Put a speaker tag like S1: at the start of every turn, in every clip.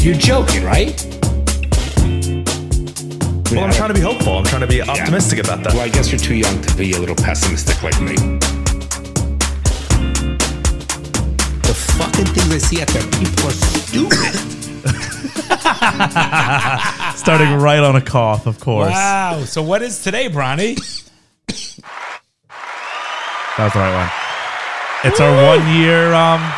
S1: You're joking, right?
S2: Well, I'm trying to be hopeful. I'm trying to be optimistic about that.
S1: Well, I guess you're too young to be a little pessimistic like me. The fucking things I see out there, people are stupid.
S2: Starting right on a cough, of course.
S1: wow. So what is today, Bronny?
S2: That was the right one. It's our one year um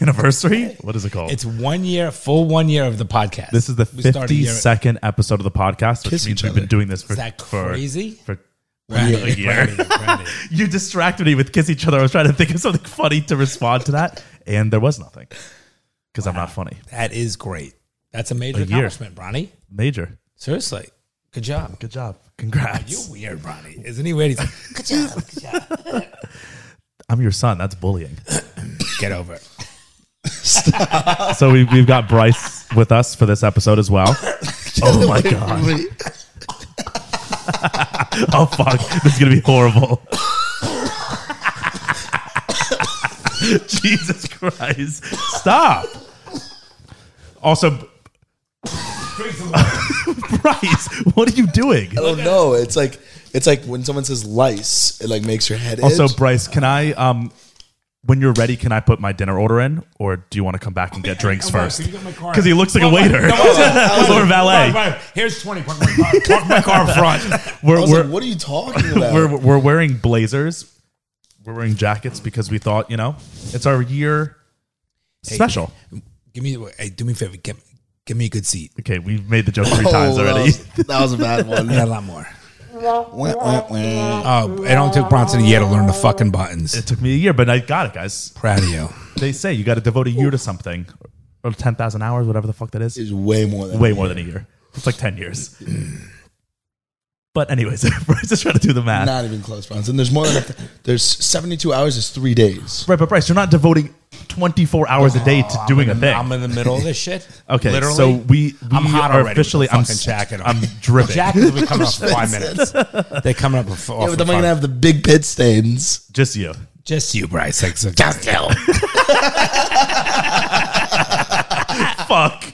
S2: anniversary. What is it called?
S1: It's one year, full one year of the podcast.
S2: this is the
S1: We started a year-
S2: 52nd episode of the podcast, which
S3: Kiss
S2: means
S3: each
S2: we've been
S3: other.
S2: doing this for
S1: Is that
S2: for-
S1: crazy?
S2: For,
S1: Bronny,
S2: a year.
S1: Bronny, Bronny.
S2: you distracted me with kiss each other. I was trying to think of something funny to respond to that, and there was nothing because I'm not funny.
S1: That is great. That's a major
S2: A year.
S1: accomplishment, Bronny.
S2: Major,
S1: Seriously. Good job.
S2: good job,
S1: You're
S2: congrats.
S1: weird, Bronny. Isn't he weird? He's like, good job. Good job.
S2: I'm your son. That's bullying.
S1: Get over it.
S2: So we, we've got Bryce with us for this episode as well. Oh my god! Oh fuck! This is gonna be horrible. Jesus Christ! Stop. Also, Bryce, what are you doing?
S3: I don't know. Oh, It's like it's like when someone says lice, it like makes your head
S2: Also,
S3: itch.
S2: Bryce, can I um. When you're ready, can I put my dinner order in, or do you want to come back and get drinks
S1: Come on,
S2: first?
S1: can you get my car?
S2: Because he looks like a
S1: Come on,
S2: waiter
S1: come on,
S2: or valet.
S1: Right, right. Here's 20. Park my car, park my car front.
S2: We're,
S3: I was
S2: we're,
S3: like, what are you talking about?
S2: we're we're wearing blazers. We're wearing jackets because we thought, you know, it's our year special.
S1: Give me, hey, do me a favor. Give, give me a good seat.
S2: Okay, we've made the joke three
S3: Oh,
S2: times
S3: that
S2: already.
S3: was- That was, a bad one.
S1: Yeah, a lot more.
S3: Wah, wah, wah.
S1: Oh, it only took Bronson a year to learn the fucking buttons.
S2: it took me a year, but I got it, guys.
S1: Proud of you.
S2: They say you got to devote a year to something, or ten thousand hours, whatever the fuck that is.
S3: It's way more than
S2: Way more than a year. It's like ten years. but anyways, Bryce is trying to do the math.
S3: not even close, Bronson. There's more than a, there's 72 hours is three days.
S2: Right, but Bryce, you're not devoting twenty four hours a day to doing a thing.
S1: Oh, I'm in the middle of this shit.
S2: Okay,
S1: literally.
S2: so we, we
S1: I'm hot
S2: are
S1: already. Officially,
S2: officially. I'm
S1: with the fucking
S2: s-
S1: jacket. on.
S2: I'm dripping.
S1: Jackets will be coming off in five minutes. They're coming up. Off
S3: Yeah,
S1: in
S3: but then we're gonna
S1: five-
S3: have the big pit stains.
S2: Just you.
S1: just you, Bryce. Like, so just you.
S2: Fuck.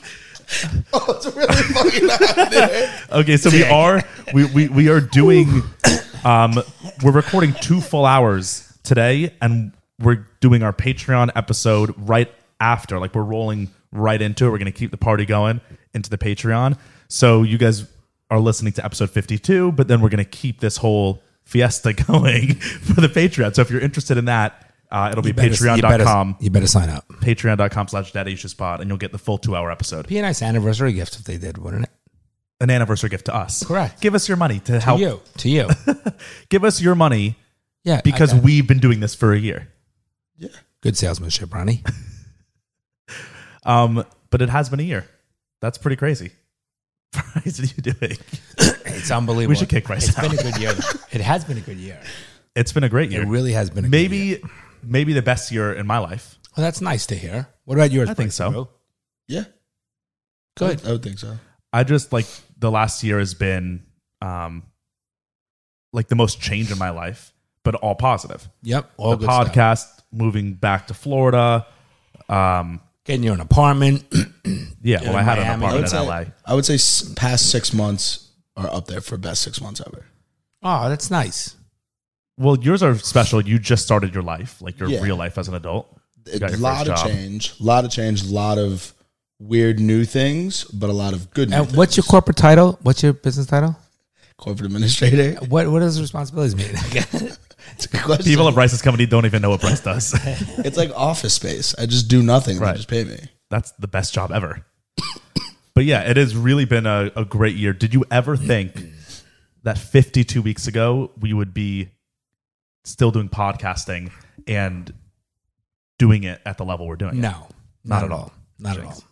S3: Oh, it's really fucking out there.
S2: Okay, so we are we, we we are doing um we're recording two full hours today and we're doing our Patreon episode right after. Like we're rolling right into it. We're gonna keep the party going into the Patreon. So you guys are listening to episode 52, but then we're gonna keep this whole fiesta going for the Patreon. So if you're interested in that, uh, it'll be
S1: You better,
S2: patreon.com,
S1: you better sign up.
S2: patreon.com slash daddyissuespod, and you'll get the full two hour episode.
S1: Be a nice anniversary gift if they did, wouldn't it?
S2: An anniversary gift to us.
S1: Correct.
S2: Give us your money to help.
S1: You to you.
S2: Give us your money
S1: Yeah, I
S2: because
S1: got it.
S2: we've been doing this for a year.
S1: good salesmanship, Ronnie.
S2: Um, but it has been a year. That's pretty crazy. Bryce, what are you doing?
S1: It's unbelievable.
S2: We should kick Bryce
S1: It's
S2: out.
S1: been a good year. It has been a good year.
S2: It's been a great
S1: It
S2: year.
S1: really has been. A good year.
S2: maybe, maybe the best year in my life.
S1: Well, that's nice to hear. What about yours?
S2: I think
S1: Bryce,
S2: so.
S1: bro?
S3: Yeah,
S1: Good.
S3: I would think so.
S2: I just like the last year has been, um, like the most change in my life, but all positive.
S1: Yep. All
S2: the
S1: good stuff.
S2: podcast, moving back to Florida. Um,
S1: Getting you an apartment.
S2: yeah, well, I had
S1: Miami.
S2: an
S3: I would
S2: apartment
S3: say,
S2: in LA.
S3: I would say s- past six months are up there for best six months ever.
S1: oh, that's nice.
S2: Well, yours are special. You just started your life, like your
S3: Yeah.
S2: real life as an adult. You got
S3: a
S2: your
S3: lot
S2: first job.
S3: of change, a lot of change, a lot of weird new things, but a lot of good new
S1: And
S3: things.
S1: what's your corporate title? What's your business title?
S3: corporate administrator?
S1: What What does responsibilities mean?
S3: It's a good question.
S2: People at Bryce's company don't even know what Bryce does.
S3: it's like office space. I just do nothing.
S2: Right.
S3: They just pay me.
S2: that's the best job ever. but yeah, it has really been a, a great year. Did you ever think that 52 weeks ago we would be still doing podcasting and doing it at the level we're doing? it?
S1: no,
S2: Not
S1: not
S2: at
S1: at all. Not at
S2: Jinx.
S1: all.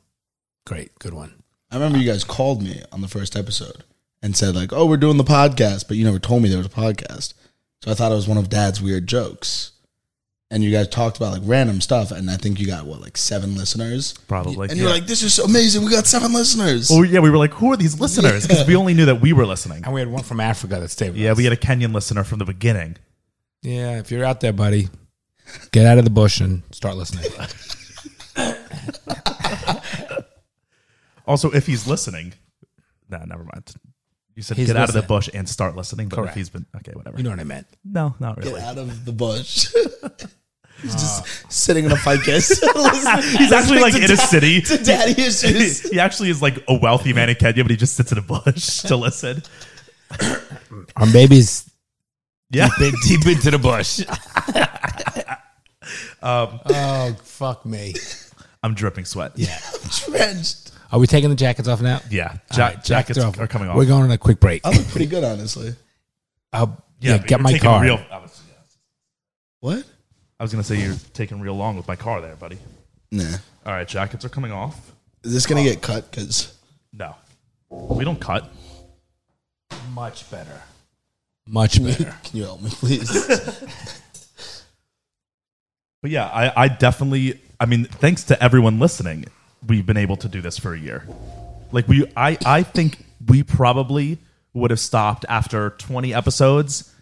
S1: Great, good one.
S3: I remember you guys called me on the first episode and said like, "Oh, we're doing the podcast," but you never told me there was a podcast. So I thought it was one of Dad's weird jokes. And you guys talked about like random stuff, and I think you got what like seven listeners.
S2: probably.
S3: and
S2: yeah.
S3: you're like, "This is so amazing! We got seven listeners."
S2: oh yeah, we were like, who are these listeners? Because we only knew that we were listening.
S1: And we had one from Africa that stayed. With
S2: Yeah,
S1: us.
S2: we had a Kenyan listener from the beginning.
S1: Yeah, if you're out there, buddy, get out of the bush and start listening.
S2: Also, if he's listening, nah, never mind. You said
S1: He's
S2: get out of the
S1: listening.
S2: bush and start listening, but if
S1: Correct.
S2: he's been okay, whatever.
S1: You know what I meant.
S2: no, not really.
S3: Get out of the bush. He's just sitting in a ficus. Listen
S2: Ah. He's actually like in a city.
S3: to daddy issues.
S2: he actually is like a wealthy man in Kenya, but he just sits in a bush to listen.
S1: Our baby's
S2: Yeah.
S1: big deep into the bush.
S2: Um,
S1: oh fuck me.
S2: I'm dripping sweat. Yeah.
S3: Drenched.
S1: Are we taking the jackets off now?
S2: Ja-
S1: All right,
S2: jackets
S1: jackets off.
S2: are coming off.
S1: We're going on a quick break.
S3: I look pretty good, honestly.
S1: I'll,
S2: yeah,
S1: yeah,
S2: but
S1: get
S2: you're
S1: my
S2: taking
S1: car.
S2: Real, I, was,
S3: What?
S2: I was gonna say you're taking real long with my car there, buddy.
S3: Nah.
S2: All right, jackets are coming off.
S3: Is this
S2: Oh.
S3: gonna get cut? Cause
S2: No, we don't cut.
S1: Much better. Much better.
S3: can you help me, please?
S2: But yeah, I, I definitely. I mean, thanks to everyone listening, we've been able to do this for a year. Like we, I, I think we probably would have stopped after 20 episodes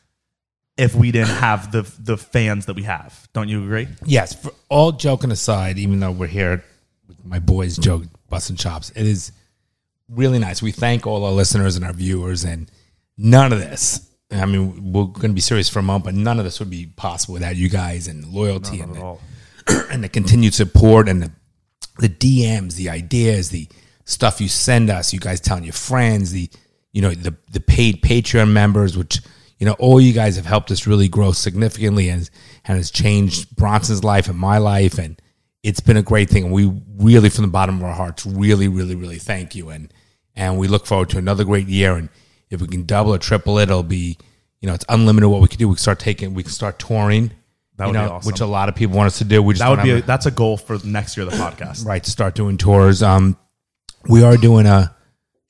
S2: if we didn't have the the fans that we have. Don't you agree?
S1: yes, for all joking aside, even though we're here with my boys joke busting chops, it is really nice. We thank all our listeners and our viewers and none of this. I mean, we're going to be serious for a moment, but none of this would be possible without you guys and loyalty and, the, and the continued support and the, the DMs, the ideas, the stuff you send us, you guys telling your friends, the you know the the paid Patreon members, which you know all you guys have helped us really grow significantly and and has changed Bronson's life and my life and it's been a great thing and we really from the bottom of our hearts really really really thank you and and we look forward to another great year and if we can double or triple it it'll be you know it's unlimited what we can do we can start taking we can start touring
S2: That
S1: you
S2: would be
S1: know,
S2: awesome.
S1: which a lot of people want us to do we just
S2: That
S1: don't
S2: would be
S1: have
S2: a,
S1: a-
S2: that's a goal for next year of the podcast.
S1: right to start doing tours um we are doing a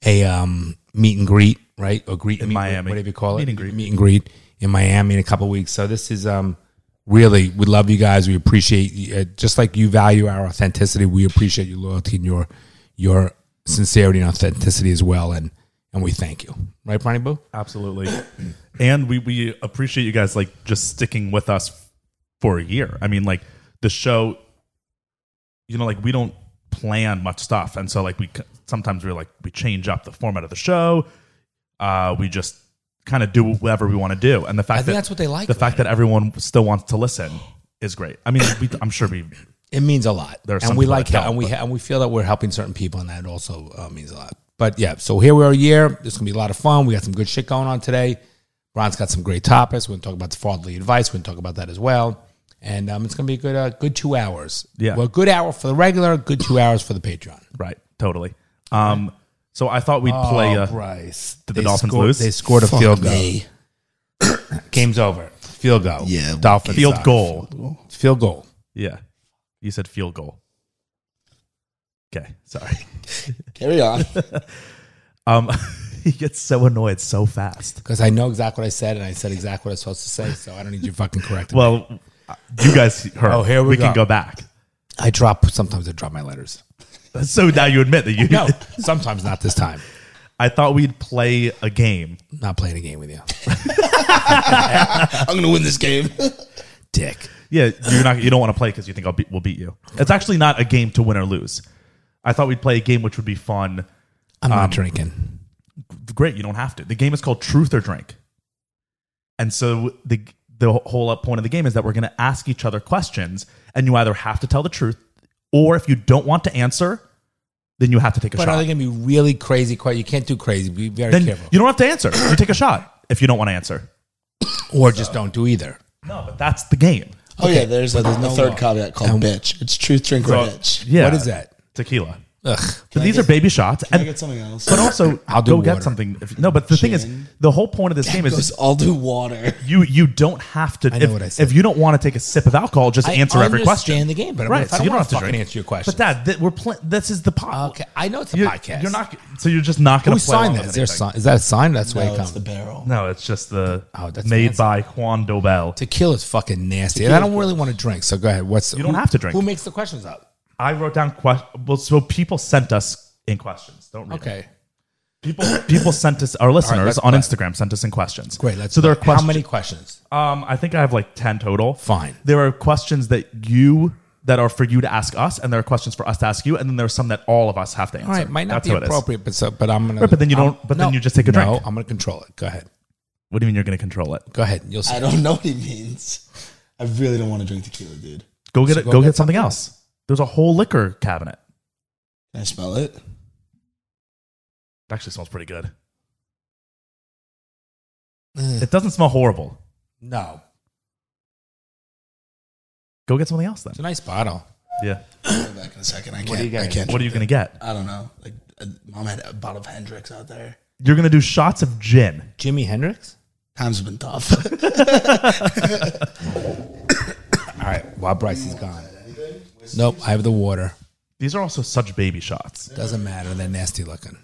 S1: a um meet and greet right or greet in
S2: Miami.
S1: whatever you call it
S2: Meet and greet.
S1: meet and greet in miami in a couple weeks so this is um really we love you guys we appreciate you. uh, just like you value our authenticity we appreciate your loyalty and your your sincerity and authenticity as well and and we thank you right Bronny boo
S2: Absolutely. and we, we appreciate you guys like just sticking with us for a year. I mean, like the show, you know, like we don't plan much stuff. And so like we c- sometimes we're like, we change up the format of the show. Uh, we just kind of do whatever we want to do. And the fact
S1: think
S2: that
S1: that's what they like
S2: the
S1: about
S2: fact that everyone still wants to listen is great. I mean, we, I'm sure we,
S1: it means a lot.
S2: There are some
S1: and we
S2: people
S1: like
S2: that don't,
S1: and we
S2: but-
S1: ha- and we feel that we're helping certain people, and that also uh, means a lot. But yeah, so here we are, a year. There's gonna be a lot of fun. We got some good shit going on today. Ron's got some great topics. We're gonna talk about the fraudly advice. We're gonna talk about that as well. And um, it's gonna be a good, uh, good two hours.
S2: Yeah.
S1: well, good hour for the regular, good two hours for the Patreon.
S2: right. Totally. Um, so I thought we'd play a,
S1: Bryce.
S2: uh, Did the Dolphins lose?
S1: They scored a
S3: Oh, Fuck
S1: field goal.
S3: me.
S1: Game's over. Field goal.
S3: Yeah,
S1: Dolphins
S2: field
S1: suck.
S2: goal.
S1: Field goal.
S2: Yeah. You said field goal. Okay, sorry.
S3: Carry on.
S2: Um he gets so annoyed so fast.
S1: Because I know exactly what I said, and I said exactly what I was supposed to say. So I don't need you fucking correct. me.
S2: Well, you guys heard.
S1: Oh, here we
S2: can
S1: go.
S2: go back.
S1: I drop sometimes I drop my letters.
S2: So now you admit that you
S1: No, sometimes not this time.
S2: I thought we'd play a game.
S1: Not playing a game with you.
S3: I'm gonna win this game.
S1: Dick.
S2: Yeah, you're not you don't want to play cuz you think I'll beat we'll beat you. It's actually not a game to win or lose. I thought we'd play a game which would be fun.
S1: I'm not drinking.
S2: Great, you don't have to. The game is called Truth or Drink. And so the the whole up point of the game is that we're going to ask each other questions, and you either have to tell the truth, or if you don't want to answer, then you have to take a
S1: But are
S2: shot.
S1: they going to be really crazy? Quite. You can't do crazy. Be very
S2: Then
S1: careful.
S2: you don't have to answer. You take a shot if you don't want to answer.
S1: or just don't do either.
S2: No, but that's the game.
S3: Oh yeah, there's a, there's a
S1: no
S3: third
S1: law.
S3: caveat called bitch. It's truth, drink, or bitch.
S2: Yeah,
S1: What is that?
S2: Tequila.
S1: Ugh.
S2: But these are baby shots,
S3: Can I
S2: and
S3: get something else?
S2: but also
S1: I'll do
S2: go get
S1: water.
S2: something. If, no, but the thing is,
S3: Gin.
S2: the whole point of this game is
S3: Goes, I'll do water.
S2: you you don't have to.
S1: know
S2: if,
S1: what I said.
S2: if you don't want to take a sip of alcohol, just
S1: I
S2: answer every question.
S1: understand the game, but I mean, if I
S2: so
S1: don't
S2: you don't
S1: wanna
S2: have to
S1: fucking
S2: drink.
S1: answer your questions.
S2: But Dad, th- we're playing. This is the podcast.
S1: Okay. I know it's a
S2: you
S1: podcast.
S2: You're not. So you're just not going
S1: Who
S2: to play.
S1: signed
S2: along
S1: that?
S2: with
S1: Is, there a
S2: anything.
S1: sign, is that a sign? That's where
S3: No,
S1: it
S3: it's
S1: comes.
S3: the barrel.
S2: No, it's just the
S1: Oh, that's
S2: made
S1: fancy.
S2: by Juan Dobell.
S1: Tequila's fucking nasty, and I don't really want to drink. So go ahead. What's
S2: You don't have to drink.
S1: Who makes the questions up?
S2: I wrote down questions. Well, so people sent us in questions. Don't read.
S1: Okay.
S2: it. People people sent us our listeners
S1: let's
S2: on
S1: play.
S2: Instagram sent us in questions.
S1: Great. Let's.
S2: so there are
S1: how
S2: questions.
S1: many questions?
S2: Um, I think I have like ten total.
S1: Fine.
S2: There are questions that you that are for you to ask us, and there are questions for us to ask you, and then there are some that all of us have to answer.
S1: All right, might not
S2: That's
S1: be
S2: how it is.
S1: appropriate, but so, but I'm gonna.
S2: Right, but then you
S1: I'm-
S2: don't- but then you just take a
S1: No,
S2: drink.
S1: I'm gonna control it. Go ahead.
S2: What do you mean you're going to control it?
S1: Go ahead. You'll see.
S3: I don't know what he means. I really don't want to drink tequila, dude.
S2: Go get it.
S1: go
S2: Go,
S1: get
S2: get, something else. There's a whole liquor cabinet.
S3: Can I smell it?
S2: It actually smells pretty good.
S1: Eh.
S2: It doesn't smell horrible.
S1: No,
S2: Go get something else then.
S1: it's a nice bottle.
S2: Yeah.
S3: I'll be back in a second. I can't.
S1: do you got?
S3: I can't.
S2: What are you going to get?
S3: I don't know. Like, uh, mom had a bottle of Hendrix out there.
S2: You're going to do shots of gin.
S1: Jimi Hendrix.
S3: Times have been tough.
S1: All right, while Bryce is gone. Nope, I have the water.
S2: These are also such baby shots.
S1: Doesn't matter. They're nasty looking.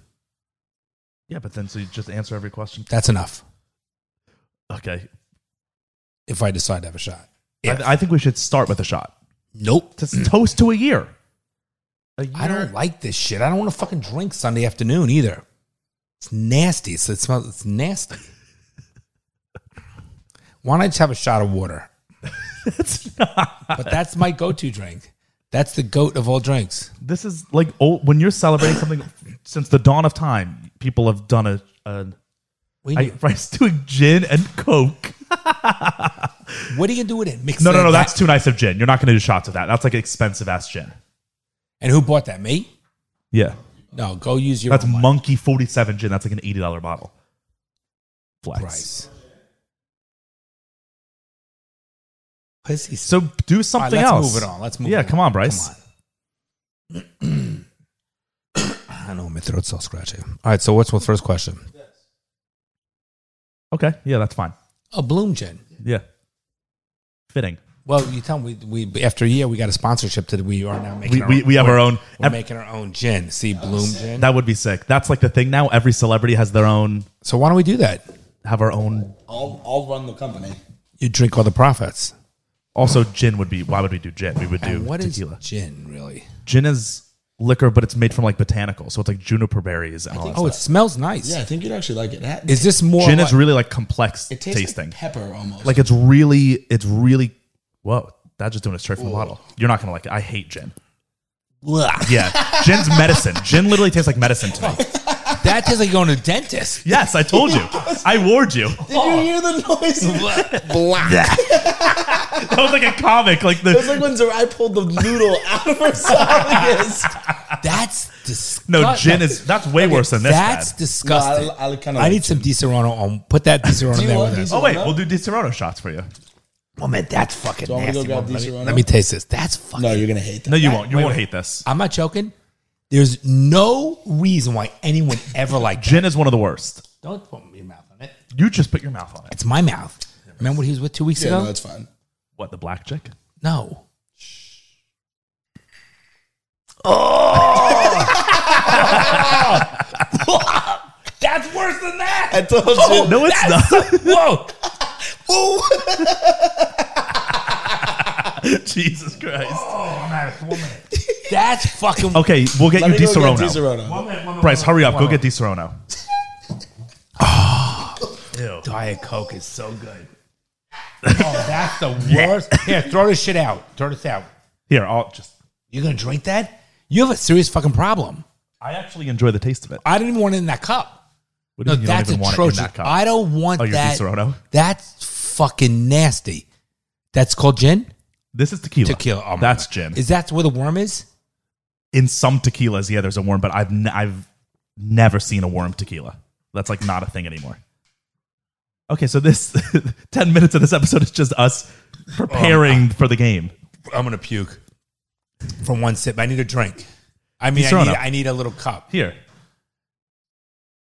S2: Yeah, but then so you just answer every question.
S1: That's enough.
S2: Okay.
S1: If I decide to have a shot.
S2: I, I think we should start with a shot.
S1: Nope.
S2: To s- toast to a year. A year.
S1: Mm. I don't like this shit. I don't want to fucking drink Sunday afternoon either. It's nasty. It's, it smells. It's nasty. Why don't I just have a shot of water?
S2: it's not.
S1: But that's my go-to drink. That's the goat of all drinks.
S2: This is like old, when you're celebrating something since the dawn of time, people have done a. a
S1: We
S2: I, Bryce doing gin and coke.
S1: What are you gonna do with it? Mix
S2: No,
S1: it
S2: no,
S1: in
S2: no.
S1: that-
S2: That's too nice of gin. You're not going to do shots of that. That's like expensive ass gin.
S1: and who bought that? Me?
S2: Yeah.
S1: No, go use your
S2: That's
S1: own money.
S2: Monkey 47 gin. That's like an $80 bottle. Flex.
S1: Price. Pussy.
S2: So do something
S1: All right,
S2: else.
S1: let's move it on. Let's move.
S2: Yeah,
S1: it
S2: come on, Bryce.
S1: Come on. I know my throat's all scratchy. All right, so what's my first question?
S2: Okay. Yeah, that's fine.
S1: Oh, Bloom Gin.
S2: Yeah. Fitting.
S1: Well, you tell me we, we after a year we got a sponsorship that we are now making.
S2: We,
S1: our
S2: we,
S1: own,
S2: we have
S1: we're-
S2: our own.
S1: We're
S2: ev-
S1: making our own gin. See, Bloom Gin.
S2: that would be sick. That's like the thing now. Every celebrity has their own,
S1: so why don't we do that?
S2: have our own.
S3: I'll, I'll run the company.
S1: You drink all the profits.
S2: Also, gin would be, why would we do gin? We would do
S1: And what is
S2: tequila.
S1: gin really?
S2: Gin is liquor, but it's made from like botanical. So it's like juniper berries and all that
S1: Oh, it
S2: stuff.
S1: smells nice.
S3: Yeah, I think you'd actually like it. That-
S1: Is this more?
S2: Gin
S1: like-
S2: is really like complex
S3: it tastes
S2: tasting.
S3: like pepper almost.
S2: Like it's really, it's really. Whoa, that's just doing it straight from the bottle. You're not gonna like it. I hate gin.
S1: Blah.
S2: Yeah, gin's medicine. Gin literally tastes like medicine to me.
S1: that tastes like going to the dentist.
S2: Yes, I told you. I warned you.
S3: Did you hear the noise?
S2: That was like a comic. Like
S3: It was
S2: the
S3: like when Zerai pulled the noodle out of her esophagus.
S1: That's disgusting.
S2: no gin is that's way worse than this.
S1: That's
S2: bad.
S1: disgusting.
S3: No, I- I kinda
S1: I need
S3: like
S1: some Di Serrano on. Put that Di Serrano
S3: Do you
S1: there
S3: want
S1: with
S3: Di
S1: us.
S3: Serrano?
S2: Oh wait, we'll do Di Serrano shots for you.
S1: Oh man, that's fucking
S3: Do you want me to
S1: nasty.
S3: go grab
S1: Mom.
S3: Di
S1: let, me,
S3: Serrano?
S1: let me taste this. That's fucking.
S3: no, you're gonna hate that.
S2: No, you won't. You
S1: wait,
S2: won't
S1: wait.
S2: hate this.
S1: I'm not joking. There's no reason why anyone ever liked.
S2: Gin is one of the worst.
S1: Don't put your mouth on it.
S2: You just put your mouth on it.
S1: It's my mouth. Remember what he was with two weeks
S3: yeah, no,
S1: ago?
S3: that's fine.
S2: What the black chick?
S1: No. Oh. that's worse than that.
S3: I told you.
S2: Oh, No, it's not.
S1: Whoa.
S2: Jesus Christ.
S1: Oh, I'm out of one minute. That's fucking.
S2: Okay, we'll get
S3: Let
S2: you
S3: me
S2: Di
S3: go get Di
S2: Serrano.
S3: Serrano.
S2: Bryce, hurry up. Go get Di Serrano. Ew.
S1: Diet Coke is so good. Oh, that's the worst. Here, throw this shit out. Throw this out.
S2: Here, I'll just.
S1: You're gonna drink that? You have a serious fucking problem.
S2: I actually enjoy the taste of it.
S1: I didn't even want it in that cup.
S2: What do
S1: No,
S2: you mean you
S1: that's
S2: don't even
S1: atrocious.
S2: want it in that cup?
S1: I don't want
S2: Oh, you're
S1: that.
S2: Serrano?
S1: That's fucking nasty. That's called gin.
S2: this is tequila.
S1: Tequila. Oh my
S2: that's
S1: God.
S2: gin.
S1: Is that where the worm is?
S2: in some tequilas, yeah, there's a worm, but I've n- I've never seen a worm tequila. That's like not a thing anymore. Okay, so this ten minutes of this episode is just us
S1: Oh,
S2: preparing for the game.
S1: I'm gonna puke from one sip. I need a drink. I mean, I
S2: Serrano.
S1: need, I need a little cup.
S2: Here,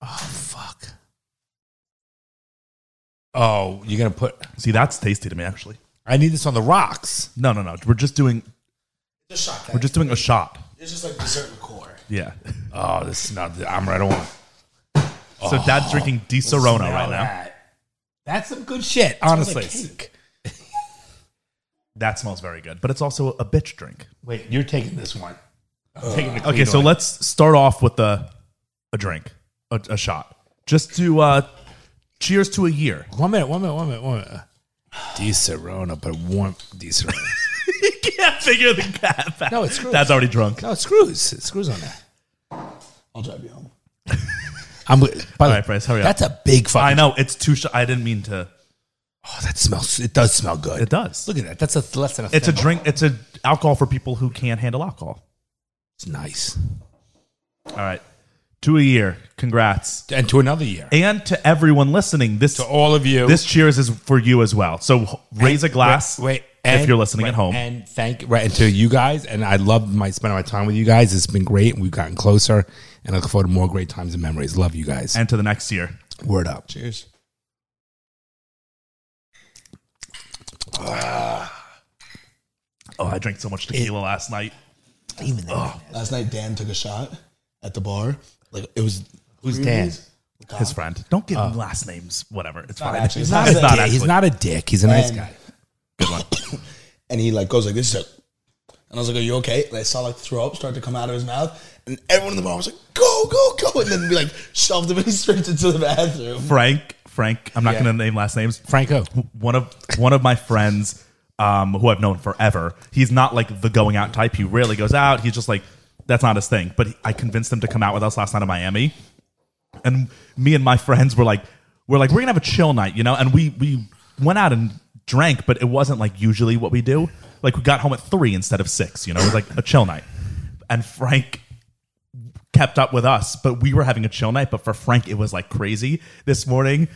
S1: Oh fuck. Oh, you're gonna put.
S2: see, that's tasty to me actually.
S1: I need this on the rocks.
S2: No, no, no. We're just doing
S3: Just shot
S2: we're just doing a shot.
S3: It's just like dessert liqueur.
S2: Yeah.
S1: Oh, this is not. I'm right on.
S2: So
S1: Oh,
S2: dad's drinking Di Serrano
S1: Smell
S2: right now.
S1: that. That's some good shit, honestly.
S2: That smells very good, but it's also a bitch drink.
S1: Wait, you're taking this one. I'm taking the
S2: Okay,
S1: clean
S2: so
S1: one.
S2: let's start off with a a drink, a, a shot. Just to uh, cheers to a year.
S1: One minute, one minute, one minute, one minute. Di Serrano, but warm Di Serrano.
S2: Can't figure the gap out.
S1: No, it's screws.
S2: Dad's already drunk.
S1: No, it screws. It screws on that.
S3: I'll drive you home.
S1: I'm. By the
S2: All
S1: way,
S2: right, Bryce, hurry up.
S1: that's a big
S2: I
S1: fucking.
S2: know it's too. Sh- I didn't mean to.
S1: Oh, that smells. It does smell good.
S2: It does.
S1: Look at that. That's a th- less than a.
S2: It's a
S1: thimble.
S2: drink. It's a alcohol for people who can't handle alcohol.
S1: It's nice.
S2: All right, to a year. Congrats,
S1: And to another year.
S2: and to everyone listening. This
S1: To all of you.
S2: this cheers is for you as well. So h- raise a glass.
S1: Wait. wait,
S2: if you're listening
S1: right,
S2: at home.
S1: and thank right and to you guys. And I love my spending my time with you guys. It's been great. We've gotten closer, and I look forward to more great times and memories. Love you guys.
S2: and to the next year.
S1: Word up.
S3: Cheers.
S2: Oh, I drank so much tequila last night.
S1: Even though
S3: Last night, Dan took a shot at the bar. Like it was
S1: who's Dan?
S2: His friend. Don't give him last names. Whatever. It's fine.
S3: actually-
S2: It's
S3: it's
S2: not,
S3: not
S2: it's
S1: a
S2: not
S1: dick.
S2: actually.
S1: He's not a dick. He's a nice
S3: And-
S1: guy.
S3: and he like goes like this. He's like- and I was like, "Are you okay?" And I saw like throw up start to come out of his mouth, and everyone in the bar was like, "Go, go, go!" And then we like shoved him straight into the bathroom.
S2: Frank. Frank. I'm not
S3: Yeah.
S2: going to name last names.
S1: Franco.
S2: one of one of my friends um, who I've known forever. He's not like the going out type. He rarely goes out. He's just like that's not his thing. But he- I convinced him to come out with us last night in Miami, and me and my friends were like, we're like we're gonna have a chill night, you know. And we we went out and drank, but it wasn't like usually what we do. Like we got home at three instead of six, you know. It was like a chill night, and Frank kept up with us, but we were having a chill night. But for Frank, it was like crazy. This morning,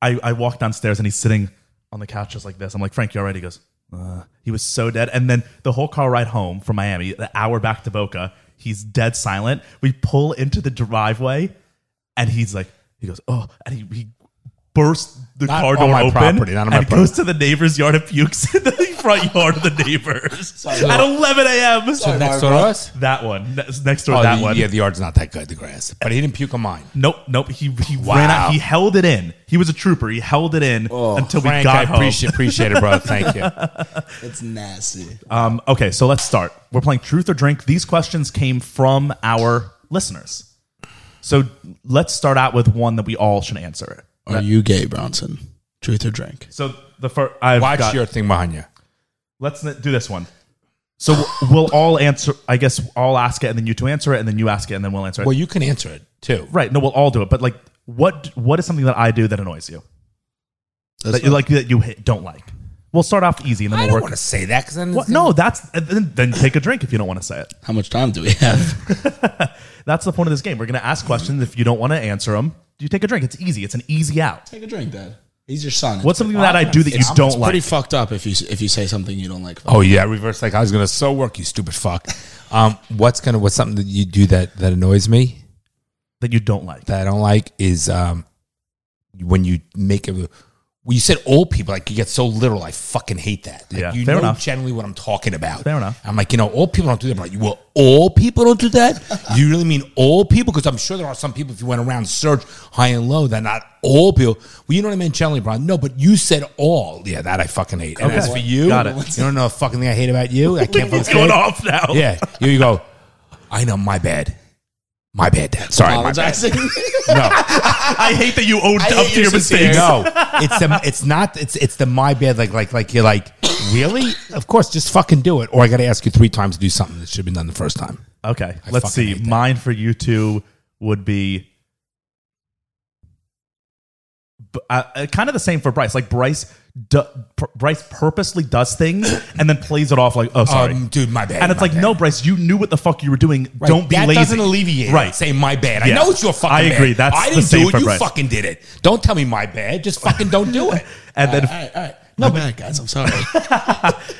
S2: I, I walked downstairs and he's sitting on the couch just like this. I'm like, Frank, you all right? He goes, uh. he was so dead. And then the whole car ride home from Miami, the hour back to Boca, he's dead silent. We pull into the driveway and he's like, he goes, oh, and he, he bursts the
S1: Not
S2: car
S1: on
S2: door
S1: my
S2: open
S1: property, not on my
S2: and goes to the neighbor's yard and pukes in the front yard of the neighbors at 11 a.m.
S1: So next door to us.
S2: that one, That's next door,
S1: Oh,
S2: to that
S1: the-
S2: one.
S1: Yeah, the yard's not that good. The grass, but he didn't puke on mine.
S2: Nope, nope. He he
S1: Wow. Oh,
S2: ran out. He held it in. He was a trooper. He held it in until we
S1: Frank,
S2: got
S1: I
S2: home.
S1: appreciate, appreciate it, bro. Thank you.
S3: It's nasty.
S2: Um, okay, so let's start. We're playing Truth or Drink. These questions came from our listeners. So let's start out with one that we all should answer.
S3: Are you gay, Bronson? Truth or drink?
S2: So the first, I've
S1: Watch
S2: got,
S1: your thing behind you.
S2: Let's n- do this one. So we'll- we'll all answer. I guess I'll ask it, and then you two answer it, and then you ask it, and then we'll answer it.
S1: Well, you can answer it too.
S2: right? No, we'll all do it. But like, what what is something that I do that annoys you?
S3: That's
S2: that you like that you hate, don't like. We'll start off easy, and then
S1: I
S2: we'll
S1: don't
S2: work.
S1: want to say that because then
S2: What? No, that's uh, then, then take a drink if you don't want to say it.
S3: How much time do we have?
S2: That's the point of this game. We're going to ask questions. If you don't want to answer them, you take a drink. It's easy. It's an easy out.
S3: Take a drink, Dad. He's your son.
S2: What's something that I do that you
S3: It's- it's
S2: don't like?
S3: Pretty fucked up if you if you say something you don't like.
S1: Oh yeah, reverse like I was gonna so work you stupid fuck. Um, what's gonna what's something that you do that that annoys me
S2: that you don't like.
S1: that I don't like is um when you make a when you said old people like you get so literal. I fucking hate that. Like,
S2: Yeah,
S1: you
S2: fair
S1: know
S2: enough.
S1: generally what I'm talking about.
S2: Fair enough.
S1: I'm like you know old people don't do that. I'm like, well, old people don't do that. you really mean old people? Because I'm sure there are some people if you went around search high and low that not old people. Well, you know what I mean, generally, Brian. No, but you said all. Yeah, that I fucking hate. And as for you,
S2: Got it.
S1: you don't know a fucking thing I hate about you. I can't.
S2: It's
S1: fucking
S2: going
S1: say it.
S2: off now.
S1: Yeah, here you go. I know my bad. My bad, Dad. Sorry, my bad.
S3: Apologizing.
S1: No,
S2: I hate that you owned
S3: I
S2: up to
S3: hate you
S2: your
S3: sincerely.
S2: mistakes.
S1: no. It's the it's not it's it's the my bad like like like you're like really? Of course, just fucking do it. Or I got to ask you three times to do something that should have been done the first time.
S2: Okay, let's
S1: fucking
S2: see.
S1: hate that.
S2: Mine for you two would be b- uh, uh, kind of the same for Bryce. Like Bryce, d- pr- Bryce purposely does things and then plays it off like, oh, sorry.
S1: Um, dude, my bad.
S2: and it's
S1: my
S2: like,
S1: bad.
S2: no, Bryce, you knew what the fuck you were doing. Don't be
S1: that
S2: lazy.
S1: doesn't alleviate.
S2: Right.
S1: Right. Say my bad.
S2: Yeah.
S1: I know it's your fucking.
S2: I agree.
S1: bad.
S2: That's
S1: I
S2: the
S1: didn't
S2: same
S1: do it.
S2: for
S1: You
S2: Brett.
S1: fucking did it. Don't tell me my bad. Just fucking don't do it.
S2: and then,
S3: all right, all right. No bad, guys. I'm sorry.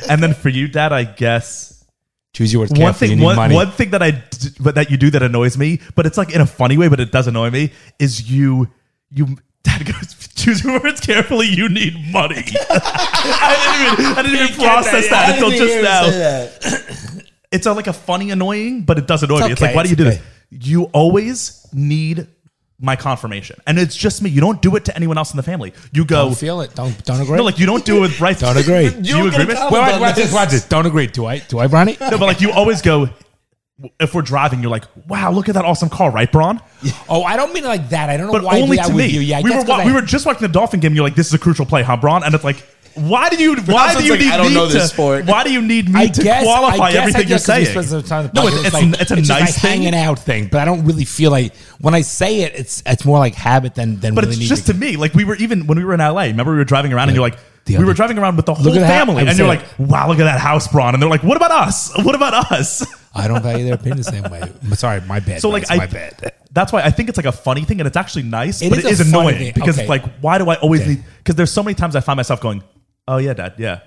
S2: and then for you, Dad, I guess
S1: Choose your words
S2: one thing. One, one thing that I, d- but that you do that annoys me, but it's like in a funny way, but it does annoy me, is you, you. Dad goes, choose your words carefully. You need money. I didn't even, I didn't even process that,
S3: I
S2: until
S3: didn't
S2: just
S3: hear him say
S2: now.
S3: that.
S2: It's a, like a funny, annoying, but it does annoy me. It's like,
S1: okay,
S2: why do you
S1: it's
S2: do this? You always need my confirmation, and it's just me. You don't do it to anyone else in the family. You go,
S1: Don't feel it. Don't don't agree.
S2: no, like you don't do it with Bryce.
S1: Don't agree.
S2: Do you agree? With?
S1: Wait,
S3: Well,
S1: wait, watch this. Watch this. Don't agree. Do I? Do I, Bronny?
S2: No, but like you always go. If we're driving, you're like, "Wow, look at that awesome car, right, Braun?"
S1: Oh, I don't mean it like that. I don't know
S2: But
S1: why I
S2: only
S1: do that
S2: to
S1: with
S2: me.
S1: you. Yeah, I
S2: we
S1: guess
S2: were
S1: 'cause
S2: wa-
S1: I-
S2: we were just watching the Dolphin game. and You're like, "This is a crucial play, huh, Braun?" And it's like, Why do you? Why do
S3: sounds
S2: you
S3: like,
S2: need
S3: I don't
S2: me
S3: know this
S2: to-
S3: sport.
S2: Why do you need me to qualify everything you're
S1: guess 'cause we
S2: saying?
S1: spend some time on the podcast,
S2: No, it's it's,
S1: like,
S2: it's a
S1: just
S2: nice
S1: like
S2: thing,
S1: hanging out thing, but I don't really feel like when I say it, it's it's more like habit than than.
S2: but
S1: really
S2: it's
S1: need
S2: just to me. Like we were even when we were in LA. Remember we were driving around and you're like.
S1: the
S2: We were
S1: other-
S2: driving around with the whole
S1: at that.
S2: family,
S1: I'm
S2: and you're
S1: saying-
S2: like, "Wow, look at that house, Braun!" And they're like, "What about us? What about us?"
S1: I don't value their opinion the same way. I'm Sorry, my bad.
S2: So
S1: guys,
S2: like, I,
S1: my bad.
S2: that's why I think it's like a funny thing, and it's actually nice,
S1: It
S2: but
S1: is
S2: it
S1: a
S2: is
S1: funny
S2: annoying
S1: thing.
S2: because
S1: Okay.
S2: it's like, why do I always
S1: Okay.
S2: need? Because there's so many times I find myself going, "Oh yeah, Dad, yeah."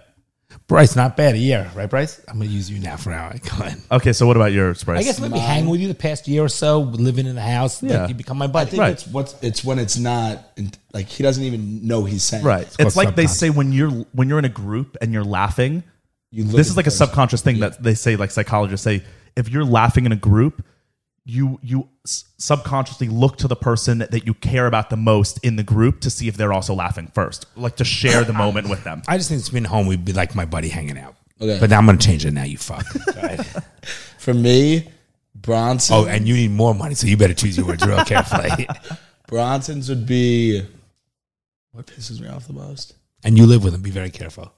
S1: Bryce, not bad. A year, right, Bryce? I'm going to use you now for an hour. Go on.
S2: Okay, so what about your Bryce?
S1: I guess maybe hanging with you the past year or so, living in the house,
S2: Yeah.
S1: like you become my
S3: I
S1: buddy.
S3: think it's what's it's when it's not in- like he doesn't even know he's saying. it.
S2: right. It's,
S1: called
S2: like they
S1: subconscious.
S2: say when you're when you're in a group and you're laughing.
S3: You look
S2: This
S3: at
S2: is like a
S3: the person.
S2: subconscious thing that they say, like psychologists say, if you're laughing in a group, you you s- subconsciously look to the person that you care about the most in the group to see if they're also laughing first, like to share the moment with them.
S1: I just think it's been home. We'd be like my buddy hanging out.
S3: Okay.
S1: But now I'm going to change it now, you fuck. All right.
S3: for me. Bronson.
S1: oh, and you need more money, so you better choose your words real carefully.
S3: Bronson's would be. What pisses me off the most?
S1: and you live with him. Be very careful.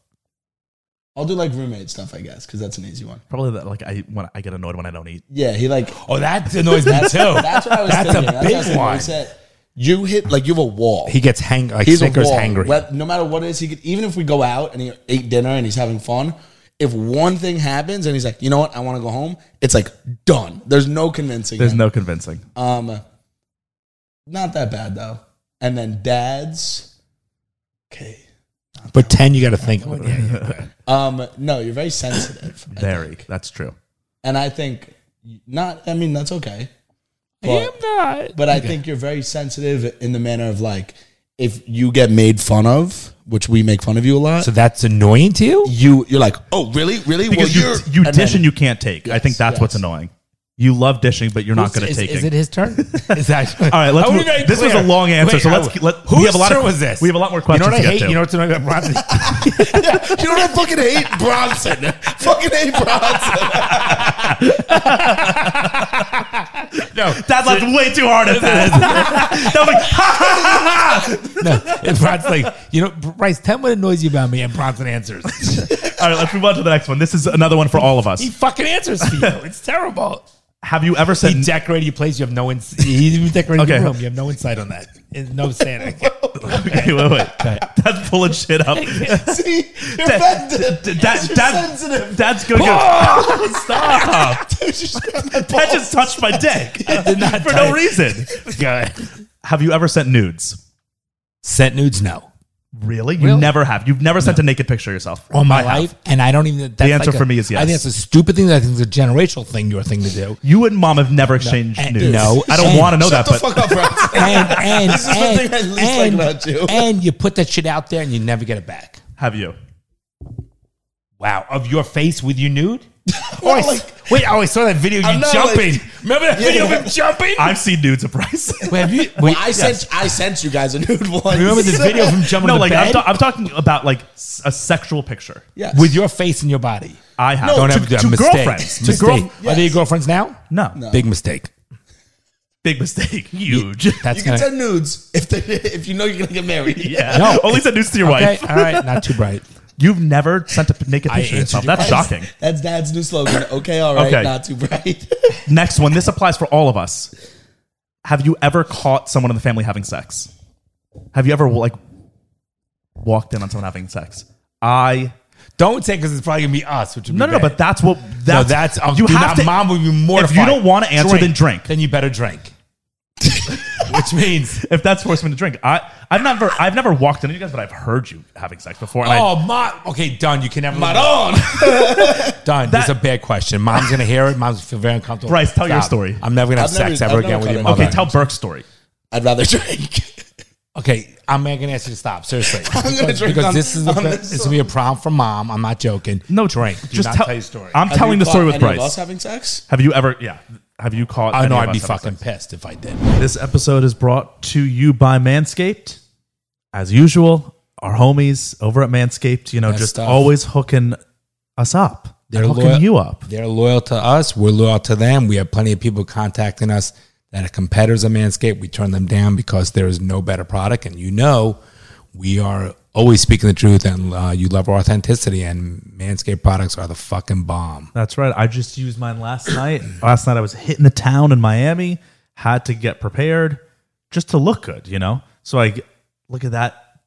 S3: I'll do like roommate stuff, I guess, because that's an easy one.
S2: Probably that, like I when I get annoyed when I don't eat.
S3: Yeah, he like
S1: Oh, that annoys me too.
S3: That's what I was
S1: That's
S3: thinking.
S1: a
S3: That's what I
S1: big
S3: was thinking.
S1: one.
S3: He said, you hit like you have a wall.
S1: He gets hang like
S3: he's
S1: Snickers
S3: a wall.
S1: hangry.
S3: Whe- no matter what it is, he could, even if we go out and he ate dinner and he's having fun. If one thing happens and he's like, you know what, I want to go home, it's like done. There's no convincing.
S2: There's
S3: him.
S2: no convincing.
S3: Um, not that bad though. And then dads. Okay.
S1: But ten, you got to think. Well, yeah, yeah, right.
S3: Um, no, you're very sensitive. I
S2: Very.
S3: think.
S2: That's true.
S3: And I think not. I mean, that's okay. But,
S1: not.
S3: But I think you're very sensitive in the manner of like if you get made fun of, which we make fun of you a lot.
S1: So that's annoying to you.
S3: you you're like, oh really, really?
S2: Because
S3: well,
S2: you, you
S3: and
S2: dish
S3: then-
S2: and you can't take. I think that's what's
S3: yes.
S2: annoying. You love dishing, but you're not
S1: Who's-
S2: going to
S1: is,
S2: take
S1: Is
S2: it.
S1: it his turn? Is that,
S2: All right, let's
S1: I wanna
S2: move-
S1: be very
S2: this was a
S1: clear.
S2: long answer, so
S1: I-
S2: let's- let- we
S1: whose
S2: have a lot of-
S1: turn was this?
S2: we have a lot more questions
S1: You know what
S2: to
S1: I
S2: get
S1: hate?
S2: to.
S1: You know what's annoying about Bronson?
S3: You know what I fucking hate, Bronson. fucking hate Bronson.
S1: no,
S2: That laughed way too hard at that. that was like, ha!
S1: no. And Bronson's like, you know, Bryce, tell me what annoys you about me, and Bronson answers.
S2: All right, let's move on to the next one. This is another one for all of us.
S1: he fucking answers for you. It's terrible.
S2: Have you ever said
S1: He decorated your place. You have no insight. He even decorated
S2: Okay.
S1: your room. You have no insight on that. And no standing.
S2: Okay, wait, wait. That's pulling shit up.
S3: See, you're
S2: Dad,
S3: offended.
S2: dad,
S3: That's your
S2: dad-
S3: sensitive.
S2: dad's gonna go. Stop!
S3: That's just
S2: That just touched my dick
S1: Did not
S2: for
S1: touch-
S2: no reason.
S1: Go ahead.
S2: Have you ever sent nudes?
S1: Sent nudes? No.
S2: Really? You
S1: Really?
S2: never have. You've never sent a naked picture of yourself.
S1: on my
S2: I have.
S1: life, and I don't even. That's
S2: answer
S1: like a-
S2: for me is yes.
S1: I think that's a stupid thing. I think it's a generational thing. Your thing to do.
S2: You and mom have never exchanged
S1: and-
S2: nudes.
S1: no,
S2: I don't
S1: and-
S2: want to know
S3: Shut
S2: that,
S3: the
S2: but
S3: fuck up, Bronson.
S1: And and
S3: This is the
S1: and,
S3: thing I least like
S1: and,
S3: about you.
S1: and you put that shit out there, and you never get it back.
S2: have you?
S1: Wow, of your face with you nude. oh, I, s- wait, oh, I saw that video. of
S3: I'm
S1: You
S3: not
S1: jumping? Remember that
S3: Yeah,
S1: video
S3: yeah.
S1: of him jumping?
S2: I've seen nudes of Bryce.
S1: Wait, have you?
S3: Well,
S1: Wait,
S3: I sent I sent you guys a nude one.
S1: remember this video of him jumping?
S2: no,
S1: on the
S2: like
S1: bed?
S2: I'm, ta- I'm talking about like s- a sexual picture.
S3: Yes.
S1: with your face in your body.
S2: I have.
S1: don't
S2: to,
S1: ever do that.
S2: to
S1: Mistake.
S2: girlfriends. To
S1: Mistake.
S2: girl,
S1: Are they your girlfriends now?
S2: no.
S1: Big mistake.
S2: big mistake. Huge.
S1: That's
S3: you
S1: gonna.
S3: can send nudes if they, if you know you're gonna get married.
S2: yeah.
S1: No.
S2: Only send nudes to your
S1: okay,
S2: wife.
S1: all right, not too bright.
S2: You've never sent a p- naked
S1: I
S2: picture of yourself.
S1: answered
S2: That's
S3: That's-
S2: shocking.
S3: That's Dad's new slogan. Okay, all right,
S2: Okay.
S3: not too bright.
S2: Next one. This applies for all of us. Have you ever caught someone in the family having sex? Have you ever like walked in on someone having sex? I
S1: Don't say because it's probably gonna be us, which would be
S2: no no no.
S1: bad.
S2: But that's what
S1: No,
S2: that's
S1: that's um,
S2: you
S1: do
S2: have
S1: not-
S2: to.
S1: Mom would be mortified.
S2: If you don't want to answer, then drink.
S1: Then you better drink. Which means,
S2: if that's forcing me to drink, I I've never I've never walked in on you guys, but I've heard you having sex before. And I-
S1: oh, mom. Okay, done. You can never.
S3: Madonna.
S1: Done. That's a bad question. Mom's gonna hear it. Mom's gonna feel very uncomfortable.
S2: Bryce, tell your story.
S1: I'm never gonna have
S3: I've
S1: sex
S3: never-
S1: ever
S3: I've
S1: again
S3: never
S1: with your
S3: cut it.
S1: mother.
S2: okay, tell Burke's story.
S3: I'd rather drink.
S1: Okay, I'm not gonna ask you to stop. Seriously,
S3: gonna
S1: because,
S3: drink
S1: because
S3: on-
S1: this is the,
S3: on
S1: this
S3: this
S1: is gonna be a problem for mom. I'm not joking.
S2: No,
S1: drink. Do
S2: just
S1: not
S2: tell-
S1: tell your story.
S2: I'm
S3: Have
S2: telling
S3: you
S2: the story
S3: caught
S2: with
S3: any of
S2: Bryce.
S3: us having sex?
S2: Have you ever? Yeah. Have you caught?
S1: I
S2: any
S1: know I'd
S2: of us
S1: be
S2: having
S1: fucking
S2: sex?
S1: pissed if I did.
S2: This episode is brought to you by Manscaped. As usual, our homies over at Manscaped, you know,
S1: Best
S2: just
S1: stuff.
S2: always hooking us up. They're hooking
S1: loyal-
S2: you up.
S1: They're loyal to us. We're loyal to them. We have plenty of people contacting us that are competitors of Manscaped. We turn them down because there is no better product. And you know, we are always speaking the truth and uh, you love authenticity. And Manscaped products are the fucking bomb.
S2: That's right. I just used mine last night. Last night I was hitting the town in Miami. Had to get prepared just to look good, you know. So I g- look at that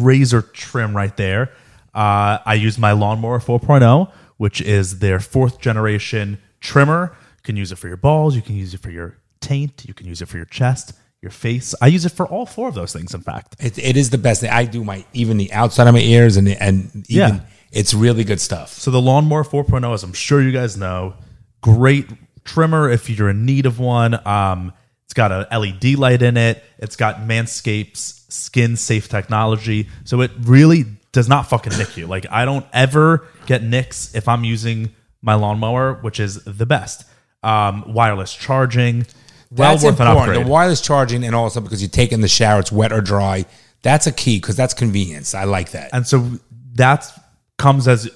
S2: razor trim right there. Uh, I use my lawnmower 4.0, which is their fourth generation trimmer. You can use it for your balls. You can use it for your taint. You can use it for your chest, your face. I use it for all four of those things. In fact,
S1: It, it is the best thing. I do my even the outside of my ears and and even
S2: Yeah.
S1: it's really good stuff.
S2: So the Lawnmower 4.0, as I'm sure you guys know, great trimmer if you're in need of one. Um, it's got an LED light in it. It's got Manscaped's skin safe technology, so it really does not fucking nick you. Like I don't ever get nicks if I'm using my lawnmower, which is the best. Um, wireless charging, well
S1: That's
S2: worth an
S1: important.
S2: upgrade.
S1: The wireless charging and also because you take it in the shower, it's wet or dry. That's a key because that's convenience. I like that.
S2: And so that comes as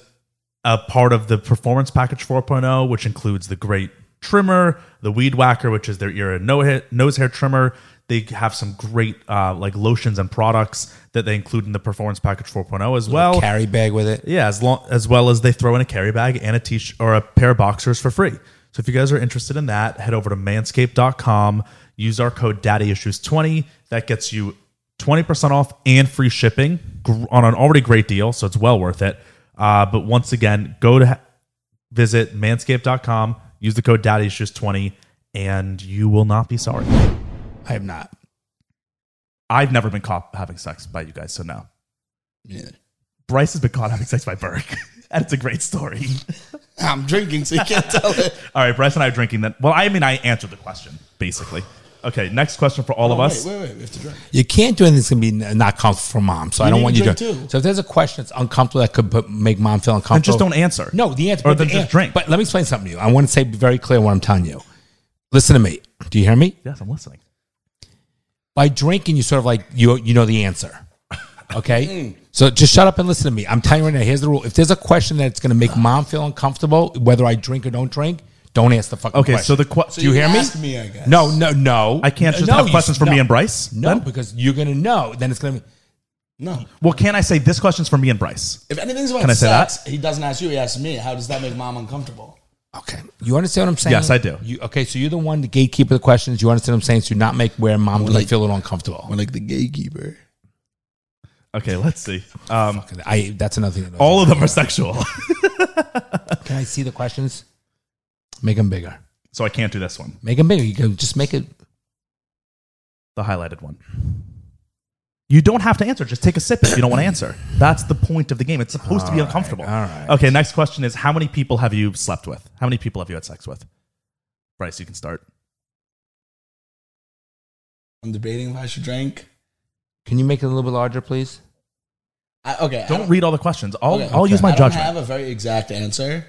S2: a part of the performance package 4.0, which includes the great trimmer, the weed whacker, which is their ear and no hair- nose hair trimmer. They have some great uh, like lotions and products that they include in the performance package 4.0 as well.
S1: Carry bag with it.
S2: Yeah, as long as well as they throw in a carry bag and a t shirt or a pair of boxers for free. So if you guys are interested in that, head over to manscaped.com, use our code daddyissues20. That gets you 20% off and free shipping gr- on an already great deal, so it's well worth it. Uh, but once again, go to ha- visit manscaped.com, use the code daddyissues20 and you will not be sorry.
S1: I have not.
S2: I've never been caught having sex by you guys, so no. Bryce has been caught having sex by Burke. and it's a great story.
S3: I'm drinking, so you can't tell it.
S2: All right, Bryce and I are drinking that. Well, I mean, I answered the question basically. Okay, next question for all of us.
S3: Oh, Wait, wait, wait. We have to drink.
S1: You can't do anything that's gonna be n- not comfortable for mom. So I don't
S3: need
S1: want
S3: to
S1: you to.
S3: drink too.
S1: So if there's a question that's uncomfortable that could put, make mom feel uncomfortable,
S2: just don't answer.
S1: Oh. No, the answer.
S2: Or
S1: but
S2: then
S1: the
S2: just
S1: an-
S2: drink.
S1: But let me explain something to you. I want to say be very clear what I'm telling you. Listen to me. Do you hear me?
S2: Yes, I'm listening.
S1: By drinking, you sort of like you you know the answer. Okay.
S2: Hmm.
S1: so just shut up and listen to me. I'm telling you right now. Here's the rule. If there's a question that's gonna make mom feel uncomfortable, whether I drink or don't drink, don't ask the fucking.
S2: Okay,
S1: question.
S2: so the question.
S1: do you hear me?
S3: Ask me, I guess.
S1: No, no, no.
S2: I can't just
S1: No,
S2: have
S1: you-
S2: questions for
S1: no.
S2: me and Bryce.
S1: No, because you're gonna know. Then it's gonna be.
S3: no.
S2: Well, can I say this question's for me and Bryce?
S3: If anything's about
S2: Can I say
S3: sex, he doesn't ask you. He asks me. How does that make mom uncomfortable?
S1: Okay. You understand what I'm saying?
S2: Yes, I do.
S1: You, okay, so you're the one, the gatekeeper of the questions. You understand what I'm saying? So do not make where mom's going to
S3: like-
S1: feel a little uncomfortable.
S3: like the gatekeeper.
S2: Okay, let's see. Um,
S1: I, that's another thing. that-
S2: all of them are sexual,
S1: Can I see the questions? Make them bigger.
S2: so I can't do this one,
S1: Make them bigger. You can just make it.
S2: the highlighted one. You don't have to answer. Just take a sip if you don't want to answer. That's the point of the game. It's supposed to be uncomfortable.
S1: all right.
S2: Okay, next question is how many people have you slept with? How many people have you had sex with? Bryce, you can start.
S3: I'm debating if I should drink.
S1: Can you make it a little bit larger, please?
S3: I, okay. I
S2: Don't read all the questions. I'll,
S3: okay,
S2: I'll use my
S3: I don't
S2: judgment.
S3: have a very exact answer.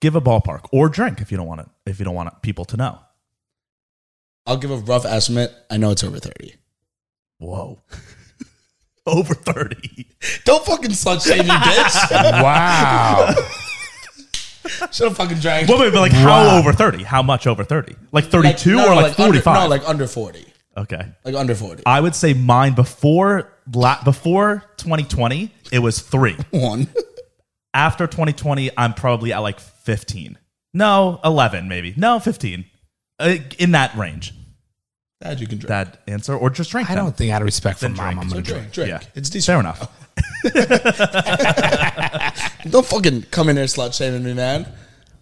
S2: give a ballpark or drink if you don't want it if you don't want it, people to know
S3: I'll give a rough estimate. I know it's over 30.
S2: whoa over 30
S3: Don't fucking slut shame, you bitch.
S1: Wow.
S3: Should have fucking drank.
S2: well wait, but like how over 30 how much over 30 like 32
S3: no,
S2: or
S3: no,
S2: like Uh,
S3: under-
S2: 45
S3: no, like under 40.
S2: okay
S3: Like under 40.
S2: i would say mine before la- before 2020 it was 3
S3: One.
S2: after 2020 i'm probably at like 15 no 11 maybe no 15 uh, in that range
S3: Dad, you can drink.
S2: that answer or just drink
S1: I
S2: then.
S1: don't think out of respect for
S2: Then
S1: mom,
S2: drink.
S1: I'm going to drink.
S3: drink, drink.
S2: yeah
S3: It's decent.
S2: fair enough
S3: Don't fucking come in here slut shaming me, man.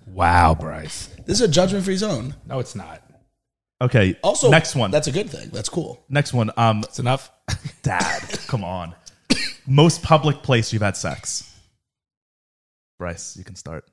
S1: Wow, Bryce.
S3: This is a judgment free zone.
S1: No, it's not.
S2: okay
S3: Also,
S2: next one
S3: That's a good thing. That's cool.
S2: next one um
S1: It's enough.
S2: dad. Come on. Most public place you've had sex. Bryce, you can start.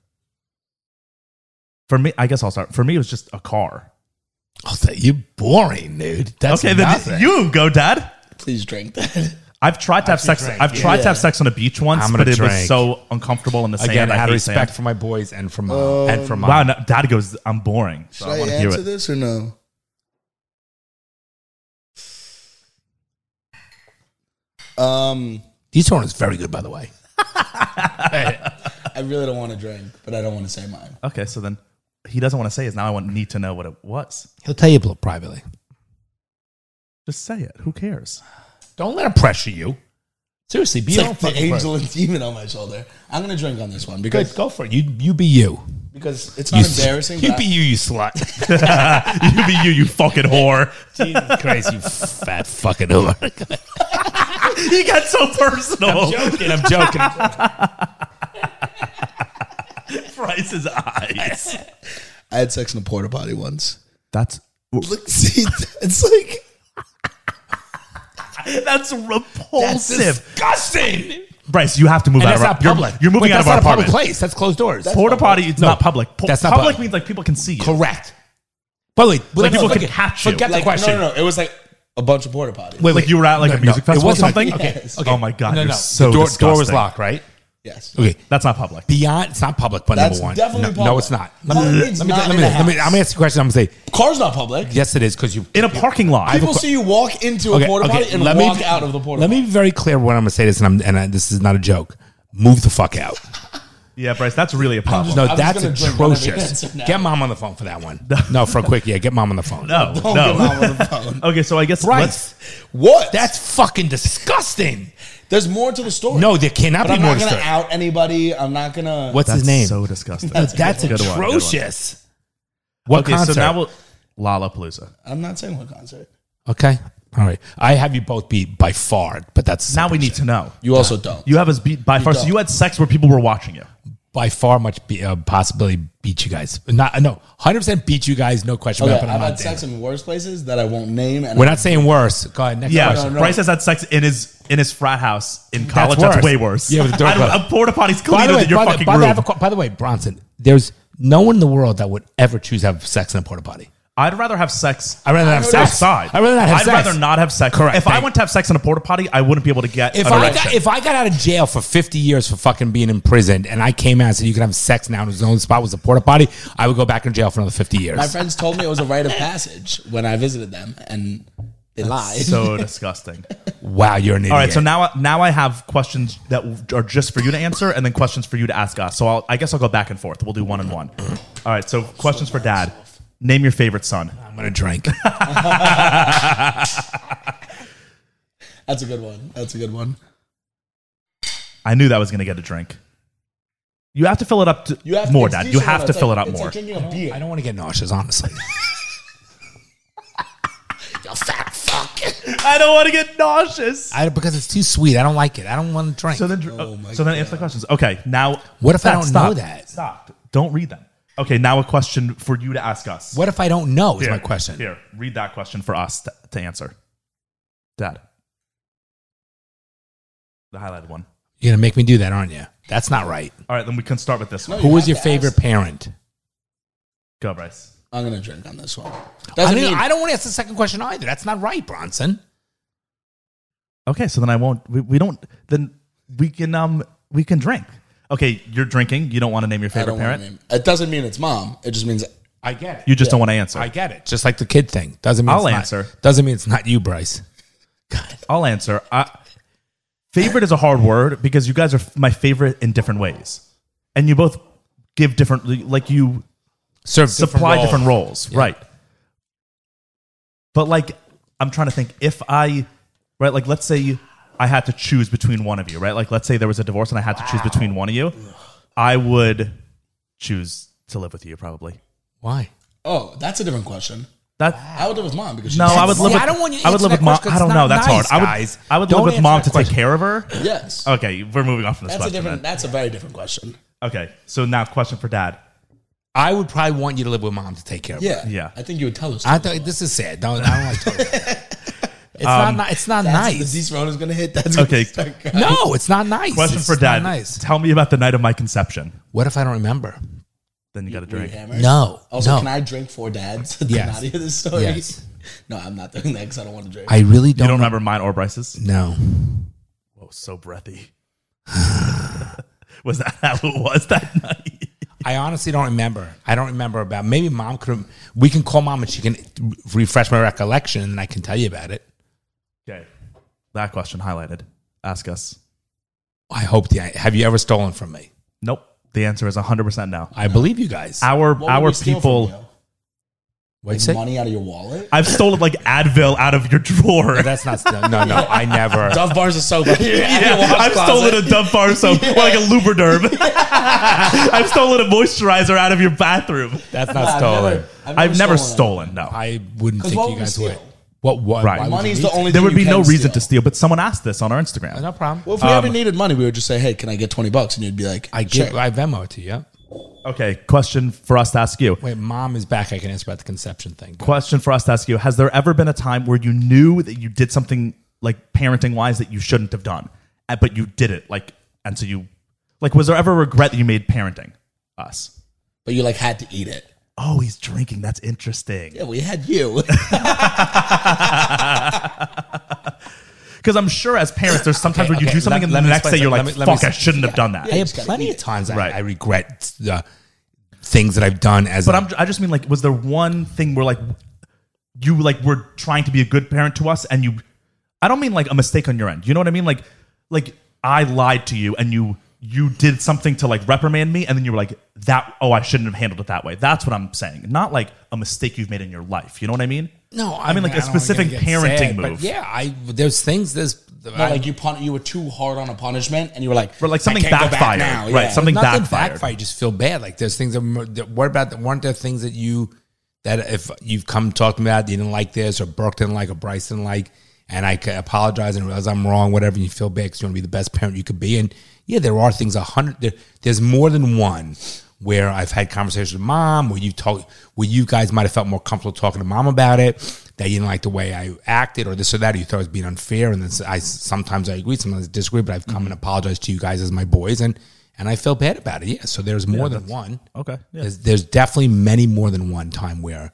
S2: For me, I guess I'll start. For me, it was just a car.
S1: I'll say you're boring, dude. That's
S2: Okay,
S1: nothing.
S2: then you go, Dad.
S3: Please drink that.
S2: I've tried to have sex.
S1: drink,
S2: I've
S1: yeah.
S2: tried to have sex on a beach once,
S1: I'm gonna
S2: but it was
S1: drink.
S2: so uncomfortable in the sand.
S1: Again,
S2: I
S1: out
S2: hate
S1: of respect
S2: sand.
S1: for my boys and for mom. and for mom.
S2: Wow, no, Dad goes. I'm boring. So
S3: Should
S2: I
S3: I,
S2: want to hear
S3: answer
S2: it.
S3: this or no? Um,
S1: These horns very good, by the way.
S3: I really don't want to drink, but I don't want to say mine.
S2: Okay, so then he doesn't want to say it. Now I want need to know what it was.
S1: He'll tell you privately.
S2: Just say it. Who cares?
S1: Don't let him pressure you. Seriously, be
S3: It's
S1: your
S3: like
S1: own
S3: the
S1: fucking
S3: angel
S1: person.
S3: and demon on my shoulder. I'm gonna drink on this one because
S1: Good, go for it. You you be you.
S3: because it's not embarrassing.
S1: You
S3: but
S1: be
S3: I-
S1: you, you slut.
S2: you be you, you fucking whore.
S1: Jesus Christ, you fat fucking whore.
S2: He got so personal.
S1: joking. I'm joking.
S2: Price's eyes.
S3: I had sex in a porta potty once.
S2: That's
S3: Look, see, it's like
S2: that's repulsive.
S1: Disgusting.
S2: Bryce, you have to move
S1: And
S2: out
S1: that's
S2: of our
S1: not public.
S2: You're, you're moving
S1: Wait,
S2: out
S1: that's
S2: of our
S1: not a public
S2: apartment.
S1: place. That's closed doors.
S2: Porta potty, it's
S1: No,
S2: not public. Po-
S1: that's not
S2: public,
S1: public.
S2: means like people can see you.
S1: Correct. By the way, well,
S2: Like,
S1: no,
S2: people
S1: forget-
S2: can catch you.
S1: Forget
S3: like
S1: the question.
S3: no, no, no. It was like a bunch of porta potties.
S1: Wait,
S2: Like
S1: wait.
S2: you were at like
S1: No,
S2: a
S1: no,
S2: music
S1: it
S2: festival or
S1: wasn't a-
S2: something.
S3: Yes.
S2: Oh my god,
S1: No,
S2: you're
S1: no.
S2: so
S1: the door, door was
S2: disgusting.
S1: locked, right?
S3: Yes.
S1: Okay.
S2: That's not public.
S1: Beyond, it's not public, but
S3: That's
S1: number one.
S3: definitely
S1: no,
S3: public.
S1: No, it's not. Let
S3: No,
S1: me,
S3: it
S1: let me,
S3: means
S1: let me,
S3: not
S1: let
S3: in
S1: me,
S3: the
S1: let me, I'm going
S3: house.
S1: to ask you a question. I'm going to say,
S3: Car's not public.
S1: yes, it is, because you.
S2: In a parking lot.
S3: People see you walk into a porta potty and
S1: let me
S3: walk
S1: be-
S3: out of the porta
S1: Let me
S3: potty.
S1: be very clear what I'm going to say this, and, I'm, and I, this is not a joke. Move the fuck out.
S2: yeah, Bryce, that's really a problem.
S1: No,
S3: just
S1: that's
S3: gonna drink whatever you
S1: atrocious.
S3: answer now.
S1: Get mom on the phone for that one. no, for a quick, yeah, get mom on the phone.
S2: No,
S3: Don't get mom on
S2: no.
S3: the phone.
S2: okay, so I guess
S1: Bryce,
S3: What?
S1: that's fucking disgusting.
S3: There's more to the story.
S1: No, there cannot
S3: but
S1: be
S3: I'm
S1: more
S3: not
S1: to
S3: gonna
S1: story.
S3: out anybody. I'm not gonna.
S1: What's
S2: That's
S1: his name?
S2: so disgusting.
S1: Dude, that's
S2: Good one, good one.
S1: atrocious. What
S2: okay,
S1: concert?
S2: so now we'll Lollapalooza.
S3: I'm not saying what concert.
S1: okay, all right. I have you both beat by far, but that's
S2: Now we need to know.
S3: You also don't.
S2: You have us beat by far. So
S3: don't.
S2: you had sex where people were watching you.
S1: by far much be, uh, possibility beat you guys. Not no, hundred percent beat you guys. No question.
S3: Okay,
S1: about it, but I'm
S3: I've
S1: not
S3: had
S1: saying-
S3: sex in worse places that I won't name. And
S1: We're not saying worse. Go ahead. Next
S2: Yeah,
S1: question.
S3: no.
S2: Bryce has had sex in his in his frat house in college. That's,
S1: worse.
S2: way worse.
S1: Yeah, with the door
S2: I don't-
S1: closed.
S2: a porta potty's
S1: By
S2: cleaner
S1: the way,
S2: than your
S1: by the-
S2: fucking
S1: by the- I
S2: room.
S1: have a qu- by the way, Bronson, there's no one in the world that would ever choose to have sex in a porta potty.
S2: I'd rather have sex.
S1: I'd rather not have sex.
S2: outside.
S1: I'd rather not have
S2: I'd
S1: sex.
S2: rather not have sex.
S1: Correct.
S2: If I
S1: Thank-
S2: went to have sex in a porta potty, I wouldn't be able to get.
S1: If
S2: an
S1: I,
S2: erection.
S1: got, if I got out of jail for 50 years for fucking being imprisoned and I came out and said you can have sex now and the only spot was a porta potty, I would go back in jail for another 50 years.
S3: My friends told me it was a rite of passage when I visited them, and they lied.
S2: so disgusting.
S1: wow, you're an idiot.
S2: All right, so now now I have questions that w- are just for you to answer, and then questions for you to ask us. So I'll, I guess I'll go back and forth. We'll do one and one. All right, so questions for Dad. Name your favorite son.
S1: I'm going to drink.
S3: That's a good one. That's a good one.
S2: I knew that was going to get a drink. You have to fill it up to,
S3: You have
S2: more,
S3: it's
S2: Dad. You
S3: decent,
S2: have
S3: though.
S2: to
S3: It's
S2: fill
S3: like-
S2: it up
S3: it's
S2: more.
S3: Like drinking a
S1: I
S3: beer.
S1: don't want to get nauseous, honestly. you fat fuck.
S2: I don't want to get nauseous.
S1: I, because it's too sweet. I don't like it. I don't want to drink.
S2: So then, dr- so then answer the questions. Okay, now
S1: Oh What if I
S2: Dad,
S1: don't
S2: stop.
S1: know that?
S2: Stop. Don't read them. Okay, now a question for you to ask us.
S1: what if I don't know is
S2: Here,
S1: my question.
S2: Here, read that question for us to, to answer. Dad. The highlighted one.
S1: You're going to make me do that, aren't you? That's not right.
S2: All right, then we can start with this one.
S1: Who
S3: you
S1: was
S3: have
S1: your
S3: to
S1: favorite parent?
S2: Go, Bryce.
S3: I'm gonna drink on this one.
S1: I,
S3: Doesn't
S1: mean,
S3: mean
S1: I don't want to ask the second question either. That's not right, Bronson.
S2: Okay, so then I won't. We, we don't. Then we can um we can drink. Okay, you're drinking. You don't want to name your
S3: I
S2: favorite
S3: don't wanna
S2: parent.
S3: name. It doesn't mean it's mom. It just means
S1: I get it.
S2: You just don't want to answer.
S1: I get it. Just like the kid thing. Doesn't mean
S2: I'll
S1: it's
S2: answer.
S1: Not, doesn't mean it's not you, Bryce.
S2: I'll answer. I, favorite is a hard word because you guys are f- my favorite in different ways, and you both give different. Like you
S1: Serve
S2: supply
S1: role.
S2: different roles, right? But like, I'm trying to think if I, right? Like, let's say I had to choose between one of you, right? Like, let's say there was a divorce and I had to choose between one of you, I would choose to live with you probably.
S1: Why?
S3: oh, that's a different question.
S2: That
S3: I would live with mom because she
S2: no, I would
S3: mom.
S2: live.
S1: See,
S2: with,
S1: I don't want you to
S2: I would
S1: answer
S2: live
S1: that
S2: with mom.
S1: question
S2: I don't
S1: 'cause
S2: know.
S1: it's
S2: That's
S1: not
S2: hard. I would.
S1: nice, guys.
S2: I would
S1: Don't
S2: live with
S1: answer
S2: mom
S1: that
S2: to take
S1: question.
S2: care of her.
S3: Yes,
S2: Okay, we're moving on from this
S3: that's a
S2: Oh, question.
S3: different.
S2: then.
S3: That's a very different question.
S2: Okay, so now question for dad.
S1: I would probably want you to live with mom to take care of. her.
S3: Yeah,
S2: Yeah. Ah,
S3: I think you would tell us.
S1: I thought this is sad. Don't, I don't like talking about that. Um, It's not not. It's not nice.
S3: This road is gonna hit. That's
S2: Okay.
S3: Gonna start-
S1: no, it's not nice.
S2: Question
S1: It's
S2: for
S1: not
S2: dad.
S1: Nice.
S2: Tell me about the night of my conception.
S1: What if I don't remember?
S2: Then you got to
S3: Were you
S2: drink.
S3: hammered?
S1: No.
S3: Also,
S1: no.
S3: can I drink four dads? to
S1: Yes.
S3: Not hear this story.
S1: Yes.
S3: No, I'm not doing that because I don't want to drink.
S1: I really
S2: You
S1: don't.
S2: don't remember mine or Bryce's?
S1: No.
S2: Whoa, so breathy. was that how it was that night?
S1: I honestly don't remember. I don't remember about. Maybe mom could. We can call mom and she can refresh my recollection, and I can tell you about it.
S2: Okay. That question highlighted. Ask us.
S1: I hope the. Have you ever stolen from me?
S2: Nope. The answer is 100% no.
S1: I believe you guys.
S2: Our
S3: What would
S2: our
S3: we steal from
S2: people
S3: you?
S1: What'd you say?
S3: money out of your wallet.
S2: I've stolen like Advil out of your drawer.
S1: That's not. No, no, I never.
S3: Dove bars of soap.
S2: Yeah, I've stolen a Dove bar soap, or like a Lubriderm. I've stolen a moisturizer out of your bathroom.
S1: That's not stolen.
S2: I've never stolen. No,
S1: I wouldn't think
S3: what
S1: you
S3: would we
S1: guys would.
S3: steal?
S1: What? What?
S2: Right.
S1: why would
S3: Money's
S1: you
S3: the
S1: need
S3: only.
S2: there
S3: thing
S2: would
S3: you
S2: be
S3: can
S2: no reason to Um,
S3: steal.
S2: steal. But someone asked this on our Instagram.
S1: it? No problem.
S3: Well, if we ever needed money, we would just say, "Hey, can I get twenty bucks?" And you'd be like,
S1: I
S3: sure.
S1: give. I Venmo it to you. yeah?
S2: Okay, question for us to ask you.
S1: Wait, mom is back. I can answer about the conception thing. Go.
S2: Question for us to ask you: Has there ever been a time where you knew that you did something like parenting wise that you shouldn't have done, uh, but you did it? Like, and so you, like, was there ever regret that you made parenting us?
S3: But you like had to eat it.
S2: Oh, he's drinking. That's interesting.
S3: Yeah, we had you.
S2: Because I'm sure as parents, there's sometimes
S1: Okay,
S2: where you
S1: okay,
S2: do something
S1: let-
S2: and
S1: let
S2: the
S1: me
S2: next day
S1: explain
S2: you're like,
S1: something. Let me- let me
S2: fuck, I
S1: s-
S2: shouldn't have done that.
S1: I have
S3: just gotta
S1: plenty
S3: eat
S1: of times I,
S2: Right.
S1: I regret the things that I've done as.
S2: But
S1: a-
S2: I'm, I just mean like, was there one thing where like you like were trying to be a good parent to us and you, I don't mean like a mistake on your end. You know what I mean? Like, like I lied to you and you, you did something to like reprimand me and then you were like that. Oh, I shouldn't have handled it that way. That's what I'm saying. Not like a mistake you've made in your life. You know what I mean?
S1: No,
S2: I mean, like, a
S1: don't wanna
S2: specific
S1: get
S2: parenting
S1: but
S2: move.
S1: yeah, I there's things there's
S3: Not like you pun- you were too hard on a punishment, and you were like,
S2: Or like something
S3: I can't go back
S2: backfired,
S3: now, yeah.
S2: right? Something
S1: not that
S2: backfired.
S1: backfire. you Just feel bad. Like there's things that, mo- that what about weren't there things that you that if you've come talking about you didn't like this or Burke didn't like or Bryce didn't like, and I ca- apologize and realize I'm wrong, whatever. And you feel bad because you want to be the best parent you could be. And yeah, there are things a hundred. There, there's more than one where I've had conversations with mom where you talk where you guys might have felt more comfortable talking to mom about it. That you didn't like the way I acted, or this or that, or you thought I was being unfair, and then s- I sometimes I agree, sometimes I disagree, but I've come
S2: Mm-hmm.
S1: and apologized to you guys as my boys, and and I feel bad about it. Yeah. So there's more than one.
S2: Okay, Oh, yeah.
S1: There's, there's definitely many more than one time where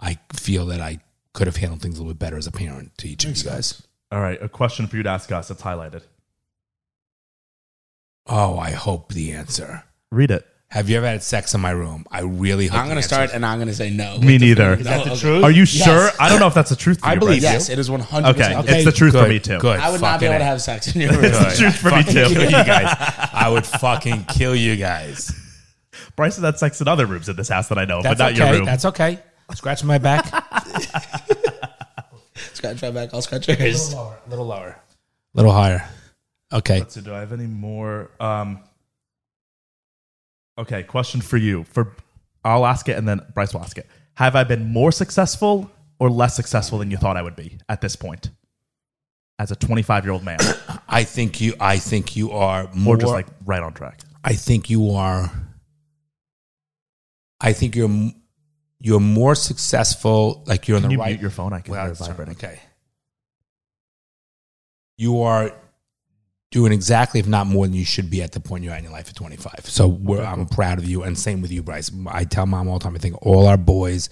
S1: I feel that I could have handled things a little bit better as a parent to each of you guys.
S2: All right, a question for you to ask us. It's highlighted.
S1: Oh, I hope the answer.
S2: Read it.
S1: Have you ever had sex in my room? I really hope.
S3: I'm
S1: the
S3: gonna
S1: answer
S3: start,
S1: is-
S3: and I'm gonna say no.
S2: Me neither.
S3: Is that the truth?
S2: Are you
S3: Yes.
S2: sure? I don't know if that's the truth. For
S1: I
S2: you,
S1: believe
S2: Bryce.
S3: Yes, it is 100.
S2: Okay.
S3: percent
S2: It's the truth for me, too.
S1: Good.
S3: I would not be
S1: Fucking
S3: able to
S1: A.
S3: have sex in your room.
S2: It's the truth for me
S1: Fucking kill
S2: too.
S1: you guys. I would fucking kill you guys.
S2: Bryce has had sex in other rooms in this house that I know,
S1: That's
S2: but not
S1: okay.
S2: your room.
S1: That's okay. Scratching my back.
S3: scratch my back. I'll scratch yours.
S1: lower. A little lower. A little higher. Okay.
S2: Let's see. Do I have any more? Um, okay, question for you. For I'll ask it, and then Bryce will ask it. Have I been more successful or less successful than you thought I would be at this point, as a 25 year old man,
S1: I think you. I think you are more
S2: or just like right on track?
S1: I think you are. I think you're m- you're more successful. Like you're on
S2: Can
S1: the
S2: you
S1: right.
S2: mute your phone? I can
S1: Well,
S2: hear it
S1: sorry,
S2: vibrating.
S1: okay. You are doing exactly, if not more, than you should be at the point you're at in your life at 25. So we're, I'm proud of you, and same with you, Bryce. I tell mom all the time. I think all our boys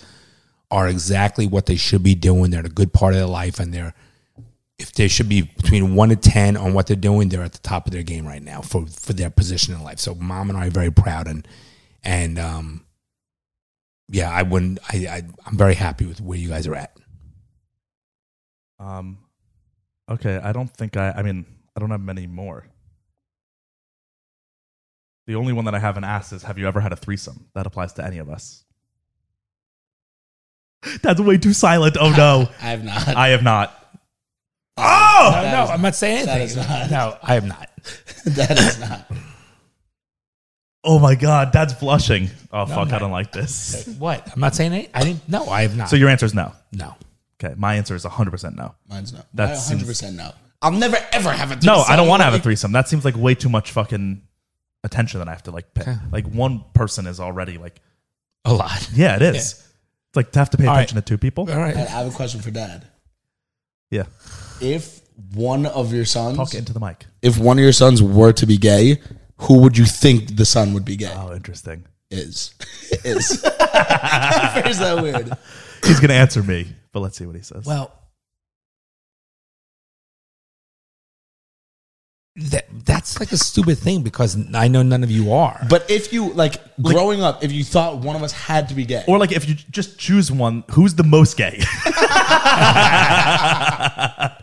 S1: are exactly what they should be doing. They're in a good part of their life, and they're if they should be between one to ten on what they're doing, they're at the top of their game right now for for their position in life. So mom and I are very proud and and um yeah, I wouldn't I, I I'm very happy with where you guys are at.
S2: Um, okay, I don't think I. I mean, I don't have many more. The only one that I haven't asked is, "Have you ever had a threesome?" That applies to any of us. That's way too silent. Oh no,
S3: I have not.
S2: I have not. Oh,
S3: That
S1: no,
S3: is-
S1: I'm not saying
S3: that
S1: anything.
S3: is not-
S1: No, I am not.
S3: that is not.
S2: oh my God, that's blushing. Oh fuck, I don't like this.
S1: What? I'm not saying anything. I didn't no, I have not.
S2: So your answer is no.
S1: no.
S2: Okay, my answer is 100 percent no.
S3: Mine's not.
S2: That
S3: Mine
S2: seems-
S3: 100 percent no. I'll never ever have a.
S2: No, I
S3: threesome.
S2: don't want to have a
S3: Like,
S2: threesome. That seems like way too much fucking attention that I have to like pay. Like one person is already like
S1: A lot.
S2: Yeah, it is. It's like to have to pay
S1: All
S2: attention
S1: right. Uh-huh.
S2: to two people.
S1: All right.
S3: I have a question for Dad.
S2: Yeah.
S3: If one of your sons,
S2: Talk into the mic.
S3: if one of your sons were to be gay, who would you think the son would be gay?
S2: Oh, interesting.
S3: Is is. Is that weird?
S2: He's going to answer me, but let's see what he says.
S1: Well, that that's like a stupid thing because I know none of you are.
S3: But if you like growing up, if you thought one of us had to be gay,
S2: or like if you just choose one, who's the most gay?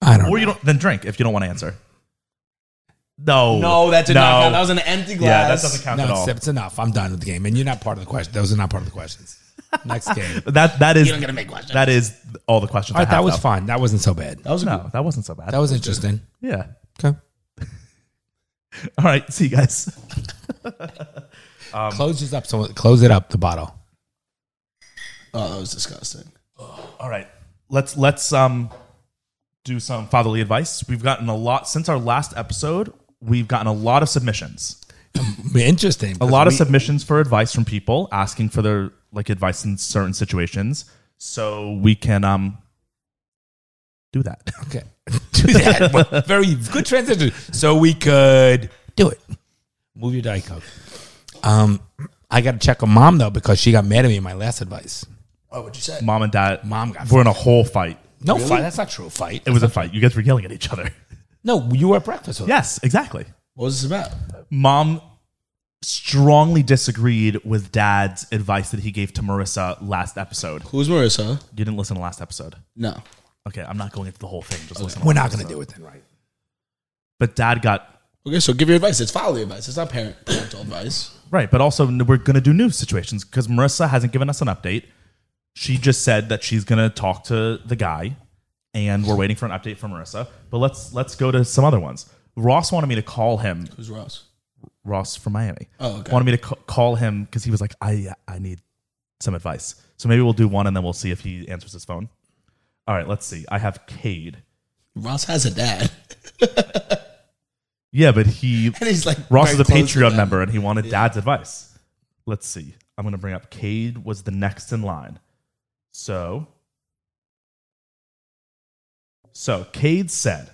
S1: I don't.
S2: or you don't then drink if you don't want to answer. No,
S1: No, that did
S2: No.
S1: not count.
S3: That was an empty glass.
S2: yeah, that doesn't count
S1: No,
S2: at
S1: it's,
S2: all.
S1: it's enough. I'm done with the game, and you're not part of the question. Those are not part of the questions. Next game.
S2: That that is
S1: don't get to make questions.
S2: that is all the questions.
S1: All
S2: I
S1: right,
S2: have
S1: that was
S2: though.
S1: fun. That wasn't so bad.
S3: That was a good-
S2: No, that wasn't so bad.
S1: That was interesting.
S2: yeah.
S1: Okay.
S2: All right, see you guys.
S3: Um,
S1: close this up. So close it up. The bottle.
S3: Oh, that was disgusting.
S2: All right, let's let's um do some fatherly advice. We've gotten a lot since our last episode. We've gotten a lot of submissions,
S1: Interesting.
S2: a lot of submissions for advice from people asking for their like advice in certain situations, so we can um do that.
S1: Okay. do that. Well, Very good transition. So we could do it. Move your Diet Coke. Um, I got to check on mom though because she got mad at me in my last advice.
S3: Oh, what'd you say?
S2: Mom and dad,
S1: Mom got
S2: we're in a whole fight.
S1: No fight. That's not true. Fight.
S2: It was a fight. You guys were yelling at each other.
S1: No, you were at breakfast. With her.
S2: Yes, exactly.
S3: What was this about?
S2: mom strongly disagreed with dad's advice that he gave to Marissa last episode.
S3: Who's Marissa?
S2: You didn't listen to last episode.
S3: No.
S2: Okay, I'm not going into the whole thing. Just listen.
S1: We're not going to do it then, right?
S2: But dad got
S3: Okay, so give your advice. It's follow advice. It's not parent parental advice.
S2: right. But also, n- we're going to do new situations because Marissa hasn't given us an update. She just said that she's going to talk to the guy, and we're waiting for an update from Marissa. But let's let's go to some other ones. Ross wanted me to call him.
S3: Who's Ross?
S2: Ross from Miami.
S3: Oh, okay.
S2: Wanted me to ca- call him because he was like, I I need some advice. So maybe we'll do one and then we'll see if he answers his phone. All right, let's see. I have Cade.
S3: Ross has a dad,
S2: Yeah, but he
S3: and he's like
S2: Ross is
S3: very
S2: a
S3: close to
S2: Patreon
S3: them.
S2: member and he wanted dad's advice. Let's see. I'm gonna bring up Cade was the next in line. So So Cade said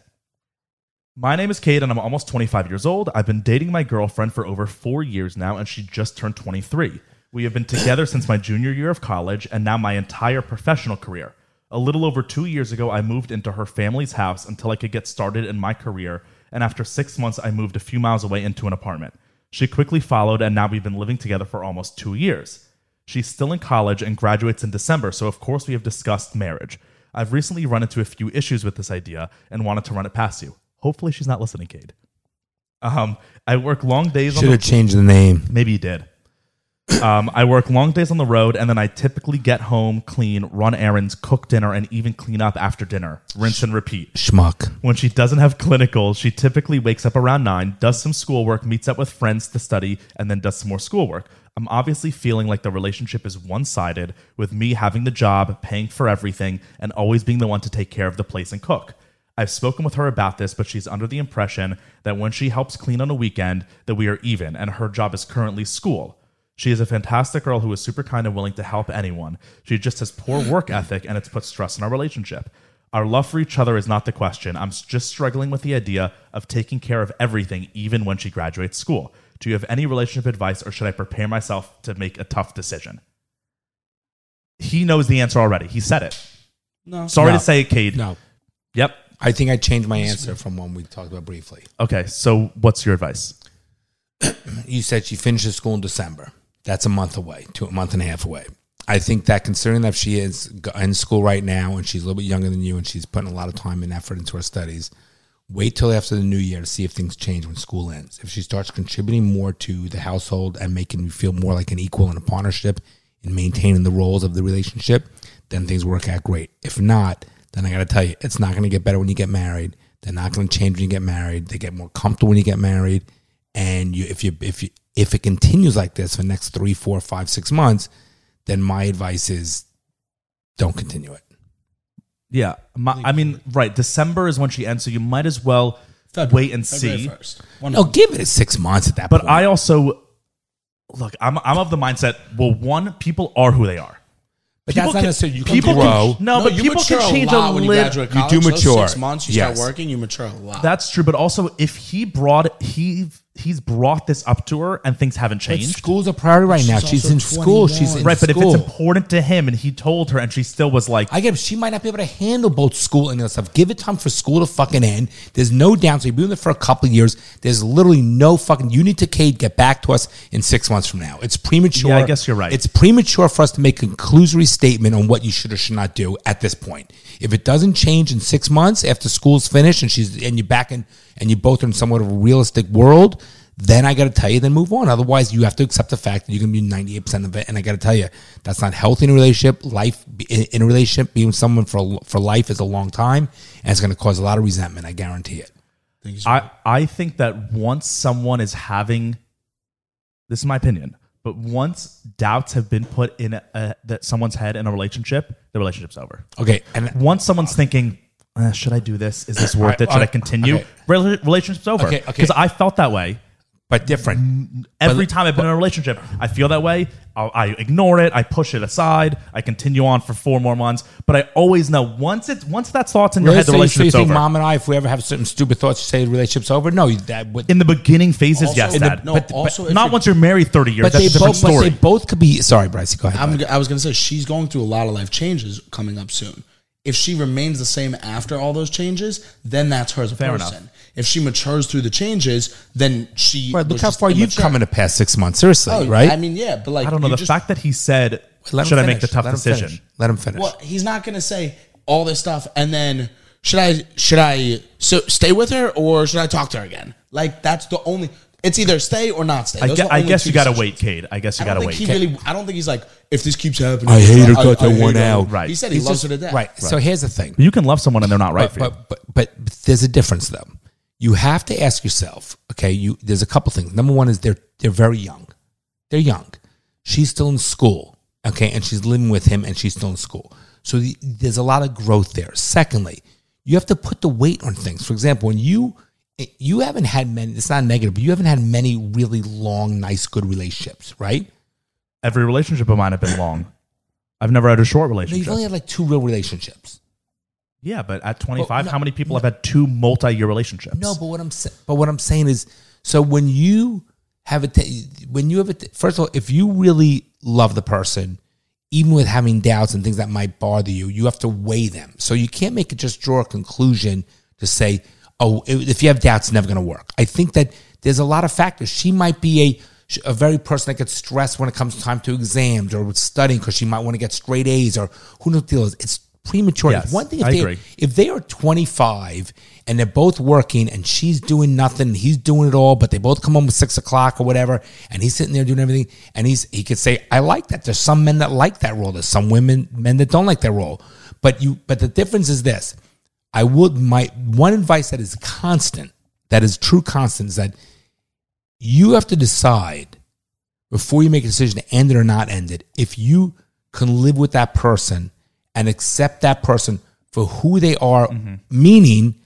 S2: My name is Cade and I'm almost 25 years old. I've been dating my girlfriend for over four years now and she just turned 23. We have been together since my junior year of college and now my entire professional career. A little over two years ago, I moved into her family's house until I could get started in my career. And after six months, I moved a few miles away into an apartment. She quickly followed, and now we've been living together for almost two years. She's still in college and graduates in December, so of course we have discussed marriage. I've recently run into a few issues with this idea and wanted to run it past you. Hopefully, she's not listening, Cade. Um, I work long days.
S1: Should
S2: on the-
S1: have changed the name.
S2: Maybe you did. Um, I work long days on the road, and then I typically get home, clean, run errands, cook dinner, and even clean up after dinner. Rinse and repeat.
S1: Schmuck.
S2: When she doesn't have clinicals, she typically wakes up around nine, does some schoolwork, meets up with friends to study, and then does some more schoolwork. I'm obviously feeling like the relationship is one sided, with me having the job, paying for everything, and always being the one to take care of the place and cook. I've spoken with her about this, but she's under the impression that when she helps clean on a weekend, that we are even, and her job is currently school. She is a fantastic girl who is super kind and willing to help anyone. She just has poor work ethic and it's put stress in our relationship. Our love for each other is not the question. I'm s- just struggling with the idea of taking care of everything, even when she graduates school. Do you have any relationship advice or should I prepare myself to make a tough decision? He knows the answer already. He said it.
S3: No.
S2: Sorry
S1: No.
S2: to say it, Cade.
S1: No,
S2: Yep.
S1: I think I changed my answer from one we talked about briefly.
S2: Okay. So, what's your advice?
S1: you said she finishes school in December. That's a month away, to a month and a half away. I think that considering that she is g- in school right now and she's a little bit younger than you and she's putting a lot of time and effort into her studies, wait till after the new year to see if things change when school ends. If she starts contributing more to the household and making you feel more like an equal in a partnership and maintaining the roles of the relationship, then things work out great. If not, then I got to tell you, it's not going to get better when you get married. They're not going to change when you get married. They get more comfortable when you get married and you, if you if you if it continues like this for the next three, four, five, six months, then my advice is don't continue it.
S2: Yeah. My, I mean, right. December is when she ends. So, you might as well wait and see.
S3: first. One
S1: No, give it six months at that
S2: But
S1: point.
S2: I also look. I'm I'm of the mindset. Well, one, people are who they are.
S1: but that's
S2: people
S1: not
S2: can-
S1: necessarily you can
S2: people can-
S1: grow.
S2: no, but people can change a
S3: when you
S2: lit-
S3: graduate
S1: You
S3: college.
S1: do
S3: Those
S1: mature.
S3: Six months, you
S1: Yes.
S3: start working, you mature a lot.
S2: That's true. But also, if he brought he he's brought this up to her and things haven't
S1: But
S2: changed.
S1: school's a priority right
S3: She's
S1: now.
S3: also
S1: She's in school.
S3: 21.
S1: She's in
S2: Right, but
S1: school.
S2: if it's important to him and he told her and she still was like,
S1: I get it. She might not be able to handle both school and the other stuff. Give it time for school to fucking end. There's no downside. You've been there for a couple of years. There's literally no fucking. You need to, Cade, get back to us in six months from now. It's premature.
S2: Yeah, I guess you're right.
S1: It's premature for us to make a conclusory statement on what you should or should not do at this point. If it doesn't change in six months after school's finished and she's and you're back in and you both are in somewhat of a realistic world, then I got to tell you, then move on. Otherwise, you have to accept the fact that you're going to be 98 percent of it. And I got to tell you, that's not healthy in a relationship. Life in, in a relationship, being with someone for a- for life is a long time, and it's going to cause a lot of resentment. I guarantee it.
S2: I, I think that once someone is having, this is my opinion, but once doubts have been put in a, that someone's head in a relationship, the relationship's over.
S1: Okay, and
S2: Once someone's thinking, uh, should I do this? Is this worth it? Should I
S1: alright,
S2: continue?
S1: okay.
S2: Rel- Relationship's over.
S1: Okay, okay.
S2: Because I felt that way.
S1: but different.
S2: Every time I've been in a relationship, I feel that way. I, I ignore it. I push it aside. I continue on for four more months. But I always know once it's once that thought's in your head, the
S1: so you- so you
S2: relationship's
S1: think
S2: over.
S1: mom and I, if we ever have certain stupid thoughts, you say the relationship's over? No, you- that would.
S2: in the beginning phases,
S3: Also-
S2: yes,
S3: in the-
S2: Dad.
S3: no,
S2: but, but
S3: also if
S2: not
S3: you're-
S2: once you're married thirty years.
S1: But
S2: That's
S1: they,
S2: a different
S1: both, but
S2: story.
S1: they both could be. Sorry, Bryce, go ahead.
S3: I'm, I was going to say she's going through a lot of life changes coming up soon. If she remains the same after all those changes, then that's her as a
S2: Fair enough.
S3: person. If she matures through the changes, then she.
S1: Right, look
S3: was
S1: how
S3: just
S1: far you've
S3: immature.
S1: come in the past six months. Seriously,
S3: Oh,
S1: right?
S3: I mean, yeah, but like
S2: I don't know
S3: you
S2: the
S3: just-
S2: fact that he said,
S1: Let him
S2: "Should I make
S1: finish.
S2: the tough
S1: Let him
S2: decision?"
S1: finish. Let him finish.
S3: Well, he's not going to say all this stuff and then should I should I so stay with her or should I talk to her again? Like that's the only. It's either stay or not stay.
S2: I,
S3: Those
S2: gue-
S3: are the
S2: I
S3: only
S2: guess
S3: two
S2: you got to
S3: decisions.
S2: wait, Cade. I guess you
S3: I
S2: got
S3: don't
S2: to
S3: think
S2: wait.
S3: he really. I don't think he's like if this keeps happening.
S1: I hate her, got
S3: I
S1: that one
S3: hate her.
S1: out.
S2: Right.
S3: He said he
S1: He's
S3: loves
S1: just-
S3: her to death.
S1: Right. So here's the thing.
S2: you can love someone and they're not right
S1: But,
S2: for you.
S1: but, but, but, but there's a difference though. You have to ask yourself. Okay, you there's a couple things. Number one is they're they're very young. They're young. She's still in school. Okay, and she's living with him, and she's still in school. So the, there's a lot of growth there. Secondly, you have to put the weight on things. For example, when you you haven't had many. It's not negative, but you haven't had many really long, nice, good relationships, right?
S2: Every relationship of mine have been long. I've never had a short
S1: No,
S2: relationship.
S1: you've only had like two real relationships.
S2: yeah, but at 25,
S1: no-
S2: how many people have had two multi-year relationships?
S1: No, but what I'm sa- but what I'm saying is, so when you have a t- when you have a t- first of all, if you really love the person, even with having doubts and things that might bother you, you have to weigh them. So you can't make it just draw a conclusion to say, oh, i- if you have doubts, it's never going to work. I think that there's a lot of factors. She might be a a very person that gets stressed when it comes time to exams or with studying because she might want to get straight A's or who knows what the deal is. It's premature. It's
S2: Yes,
S1: one thing if
S2: I
S1: they
S2: agree.
S1: if they are 25 and they're both working and she's doing nothing and he's doing it all but they both come home at six o'clock or whatever and he's sitting there doing everything and he's he could say i like that there's some men that like that role there's some women men that don't like that role but you but the difference is this i would my one advice that is constant that is true constant is that you have to decide before you make a decision to end it or not end it, if you can live with that person and accept that person for who they are, meaning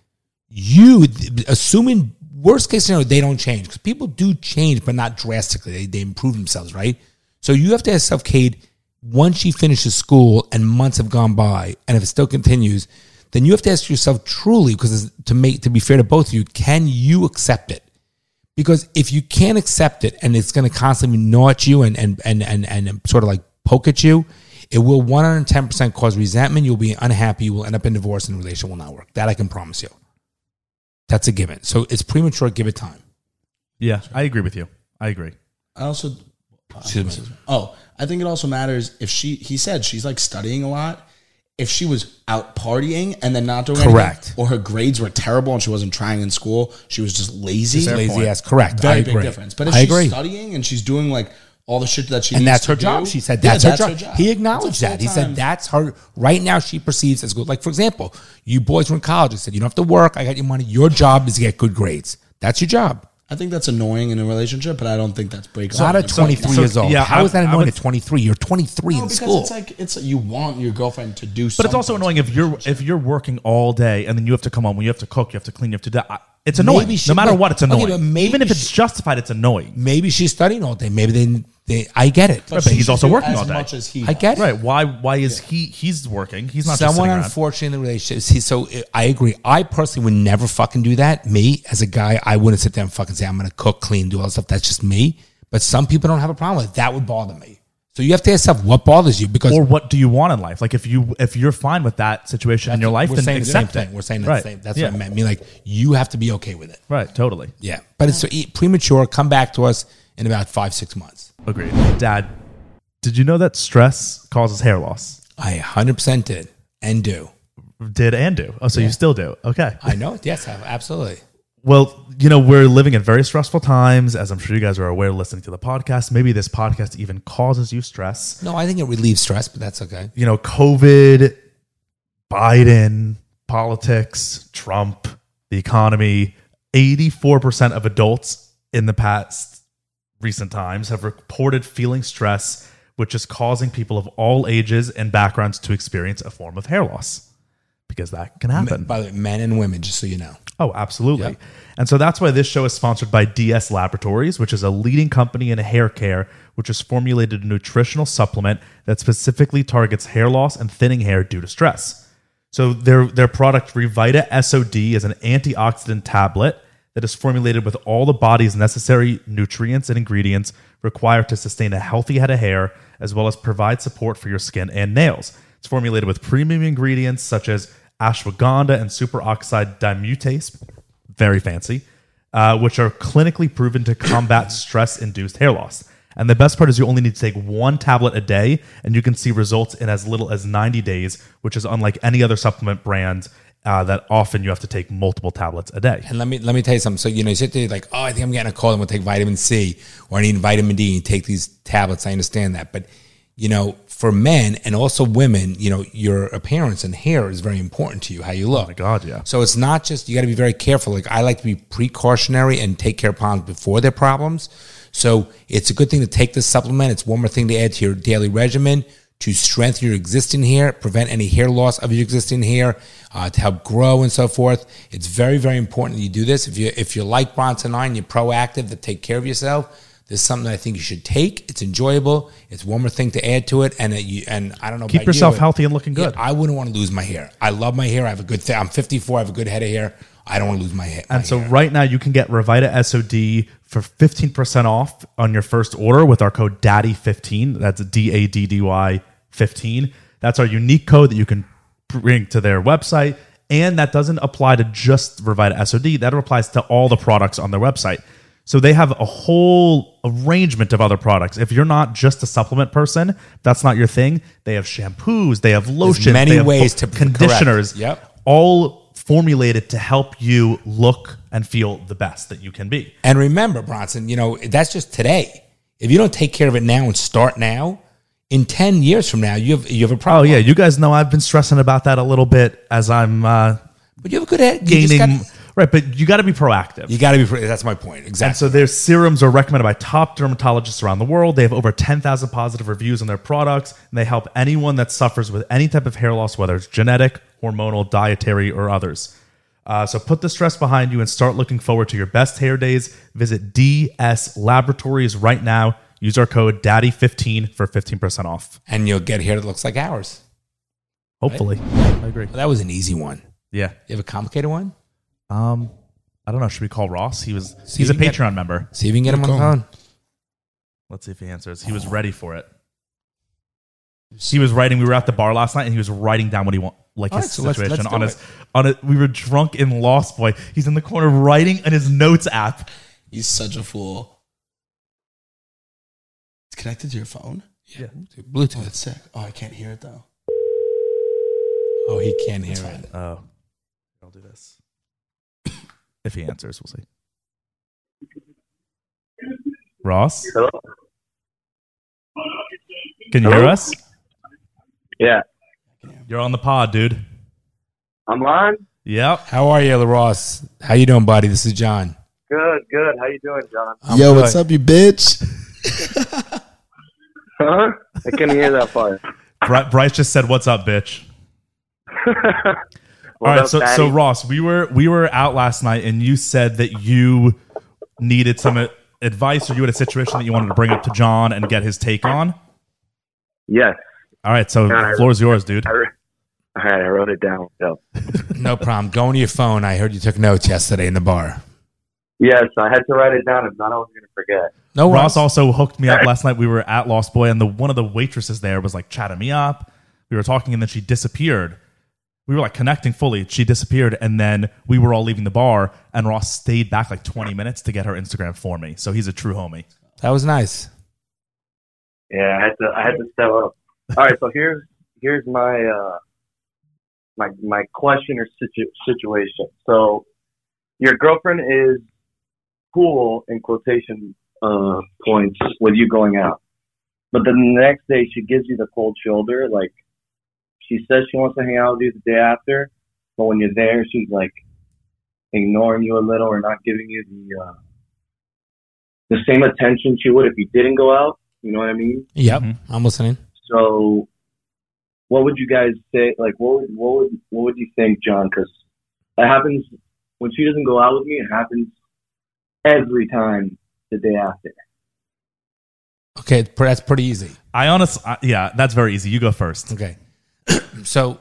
S1: you, assuming worst case scenario, they don't change because people do change, but not drastically. They, they improve themselves, right? So you have to ask yourself, Cade, once she finishes school and months have gone by, and if it still continues, then you have to ask yourself truly, because to make to be fair to both of you, can you accept it? Because if you can't accept it and it's going to constantly gnaw at you and, and, and, and, and sort of like poke at you, it will 110% cause resentment. You'll be unhappy. You will end up in divorce and the relationship will not work. That I can promise you. That's a given. So it's premature. Give it time.
S2: Yeah, I agree with you. I agree.
S3: I also.
S1: Excuse me.
S3: Oh, I think it also matters if she. He said she's like studying a lot. If she was out partying and then not doing anything,
S1: Correct.
S3: or her grades were terrible and she wasn't trying in school, she was just lazy.
S1: Just lazy ass. Correct.
S3: Very
S1: I
S3: big
S1: agree.
S3: difference. But if
S1: I
S3: she's
S1: agree.
S3: studying and she's doing like all the shit that she
S1: and that's
S3: needs to
S1: her job.
S3: do-
S1: She said
S3: Yeah,
S1: that's, her, job. He acknowledged
S3: It's a
S1: that. He
S3: full-time-
S1: said that's her right now. She perceives as good. Like for example, you boys were in college. I said you don't have to work. I got your money. Your job is to get good grades. That's your job.
S3: I think that's annoying in a relationship, but I don't think that's breaking.
S1: Not
S3: up.
S1: at 23
S2: so-
S1: years old.
S2: yeah,
S1: How
S2: I-
S1: is that
S2: I
S1: annoying
S2: would-
S1: at 23? You're 23
S3: No,
S1: in
S3: Oh, because
S1: school.
S3: it's like it's you want your girlfriend to do.
S2: But it's also annoying if you're if you're working all day and then you have to come home, you have to cook, you have to clean, you have to. do- I- It's annoying.
S1: Maybe she-
S2: no matter
S1: but-
S2: what, it's
S1: okay,
S2: annoying.
S1: but maybe
S2: Even if
S1: she-
S2: it's justified, it's annoying.
S1: Maybe she's studying all day. Maybe they They, I get it.
S2: But he's also working
S3: as
S2: all day.
S3: much as he
S1: I get it.
S2: Right? Why? Why is he? He's working. He's not
S1: Someone
S2: Just sitting around.
S1: unfortunate in the relationship. See, so uh, I agree. I personally would never fucking do that. Me as a guy, I wouldn't sit there and fucking say I'm gonna cook, clean, do all that stuff. That's just me. But some people don't have a problem with it. that. Would bother me. So you have to ask yourself what bothers you because
S2: Or what do you want in life? Like if you if you're fine with that situation in your life,
S1: we're
S2: then
S1: saying the same
S2: accept
S1: thing.
S2: it.
S1: We're saying the
S2: Right.
S1: same. That's
S2: Yeah.
S1: what I meant. I mean, like you have to be okay with it.
S2: Right. Totally.
S1: Yeah, but it's it's premature. Come back to us in about five six months.
S2: Agreed. Dad, did you know that stress causes hair loss?
S1: I 100 percent did and do.
S2: Did and do. Oh, so you still do. Okay.
S1: I know it. Yes, ab- absolutely.
S2: Well, you know, we're living in very stressful times, as I'm sure you guys are aware listening to the podcast. Maybe this podcast even causes you stress.
S1: No, I think it relieves stress, but that's okay.
S2: You know, COVID, Biden, politics, Trump, the economy. 84% of adults in the past recent times have reported feeling stress, which is causing people of all ages and backgrounds to experience a form of hair loss because that can happen.
S1: By the way, men and women, just so you know.
S2: Oh, absolutely. And so that's why this show is sponsored by DS Laboratories, which is a leading company in hair care, which has formulated a nutritional supplement that specifically targets hair loss and thinning hair due to stress. So their their product Revita SOD is an antioxidant tablet that is formulated with all the body's necessary nutrients and ingredients required to sustain a healthy head of hair as well as provide support for your skin and nails. It's formulated with premium ingredients such as ashwagandha and superoxide dimutase, very fancy, uh, which are clinically proven to combat stress induced hair loss. And the best part is you only need to take one tablet a day, and you can see results in as little as 90 days, which is unlike any other supplement brand uh, that often you have to take multiple tablets a day.
S1: And let me let me tell you something. So you know, you sit there like, oh, I think I'm getting a cold. I'm gonna take vitamin C or I need vitamin D. And take these tablets. I understand that, but you know, for men and also women, you know, your appearance and hair is very important to you. How you look.
S2: Oh my God, yeah.
S1: So it's not just you got to be very careful. Like I like to be precautionary and take care of problems before they're problems. So it's a good thing to take this supplement. It's one more thing to add to your daily regimen to strengthen your existing hair, prevent any hair loss of your existing hair, uh, to help grow and so forth. It's very very important that you do this. If you if you like Bronson Nine, you're proactive to take care of yourself. This is something that I think you should take. It's enjoyable. It's one more thing to add to it, and that you and I don't know.
S2: Keep
S1: about
S2: yourself
S1: you,
S2: healthy and looking
S1: yeah,
S2: good.
S1: I wouldn't want to lose my hair. I love my hair. I have a good. Th- I'm 54. I have a good head of hair. I don't want to lose my, ha- my
S2: And so
S1: hair.
S2: right now you can get Revita SOD for 15% off on your first order with our code DADDY15. That's D A D D Y 15. That's our unique code that you can bring to their website. And that doesn't apply to just Revita SOD. That applies to all the products on their website. So they have a whole arrangement of other products. If you're not just a supplement person, that's not your thing. They have shampoos, they have lotions,
S1: many
S2: Oh, they have
S1: ways to-
S2: conditioners.
S1: correct. Yep.
S2: All formulated to help you look and feel the best that you can be.
S1: And remember, Bronson, you know that's just today. If you don't take care of it now and start now, in 10 years from now, you have you have a
S2: Oh
S1: problem.
S2: yeah, you guys know I've been stressing about that a little bit as I'm uh,
S1: but you have a good head. You just
S2: gaining.
S1: gotta-
S2: right, but you got to be proactive.
S1: You got to be. pre- That's my point.
S2: And
S1: Exactly.
S2: so their serums are recommended by top dermatologists around the world. They have over 10,000 positive reviews on their products, and they help anyone that suffers with any type of hair loss, whether it's genetic, hormonal, dietary, or others. Uh, so put the stress behind you and start looking forward to your best hair days. Visit DS Laboratories right now. Use our code DADDY15 for 15% off.
S1: and you'll get hair that looks like ours.
S2: Hopefully. I agree.
S1: Well, that was an easy one.
S2: Yeah.
S1: You have a complicated one.
S2: Um, I don't know. Should we call Ross? He was
S1: See
S2: he's
S1: if you can
S2: a
S1: get-
S2: Patreon member.
S1: See if you can get him on the
S3: Go on.
S1: phone.
S2: Let's see if he answers. He was ready for it. He was writing. We were at the bar last night, and he was writing down what he want, like
S1: All
S2: his
S1: right, so let's-
S2: situation
S1: let's do
S2: on his
S1: it.
S2: on it. We were drunk in Lost Boy. He's in the corner writing in his notes app.
S3: He's such a fool. It's connected to your phone. Oh,
S1: Bluetooth.
S3: that's sick. Oh, I can't hear it though.
S1: Oh, he can't hear it.
S2: Oh, I'll do this. If he answers, we'll see. Ross,
S4: Hello?
S2: can you hear us?
S4: Yeah.
S2: You're on the pod, dude.
S4: I'm live?
S2: Yep.
S1: How are you, LaRoss? How you doing, buddy? This is John.
S4: Good, good. How you doing, John?
S3: Yo, what's
S1: good.
S3: up, you bitch?
S4: Huh? I couldn't hear that part.
S2: Bri- Bryce just said, "What's up, bitch?"
S4: What
S2: All right,
S4: up,
S2: so so
S4: Patty?
S2: Ross, we were we were out last night, and you said that you needed some advice or you had a situation that you wanted to bring up to John and get his take on?
S4: Yes.
S2: All right, so
S4: All right.
S2: the floor is yours, dude.
S4: I re- All right, I wrote it down. So
S1: No problem. Go into your phone. I heard you took notes yesterday in the bar.
S4: yes, I had to write it down. If not, I was going to forget.
S1: No
S2: Ross
S1: worries.
S2: also hooked me up last night. We were at Lost Boy, and the one of the waitresses there was like chatting me up. We were talking, and then she disappeared. We were like connecting fully. She disappeared, and then we were all leaving the bar, and Ross stayed back like 20 minutes to get her Instagram for me. So he's a true homie.
S1: That was nice.
S4: Yeah, I had to. I had to step up. All right, so here's here's my uh, my my question or situ- situation. So your girlfriend is cool in quotation uh, points with you going out, but the next day she gives you the cold shoulder. Like she says she wants to hang out with you the day after, but when you're there, she's like ignoring you a little or not giving you the uh, the same attention she would if you didn't go out. You know what I mean?
S1: Yep.
S2: Mhm.
S1: I'm listening.
S4: So, what would you guys say? Like, what would what would what would you think, John? Because it happens when she doesn't go out with me. It happens every time the day after.
S1: Okay. pr- That's pretty easy.
S2: I honestly, yeah, that's very easy. You go first.
S1: Okay. so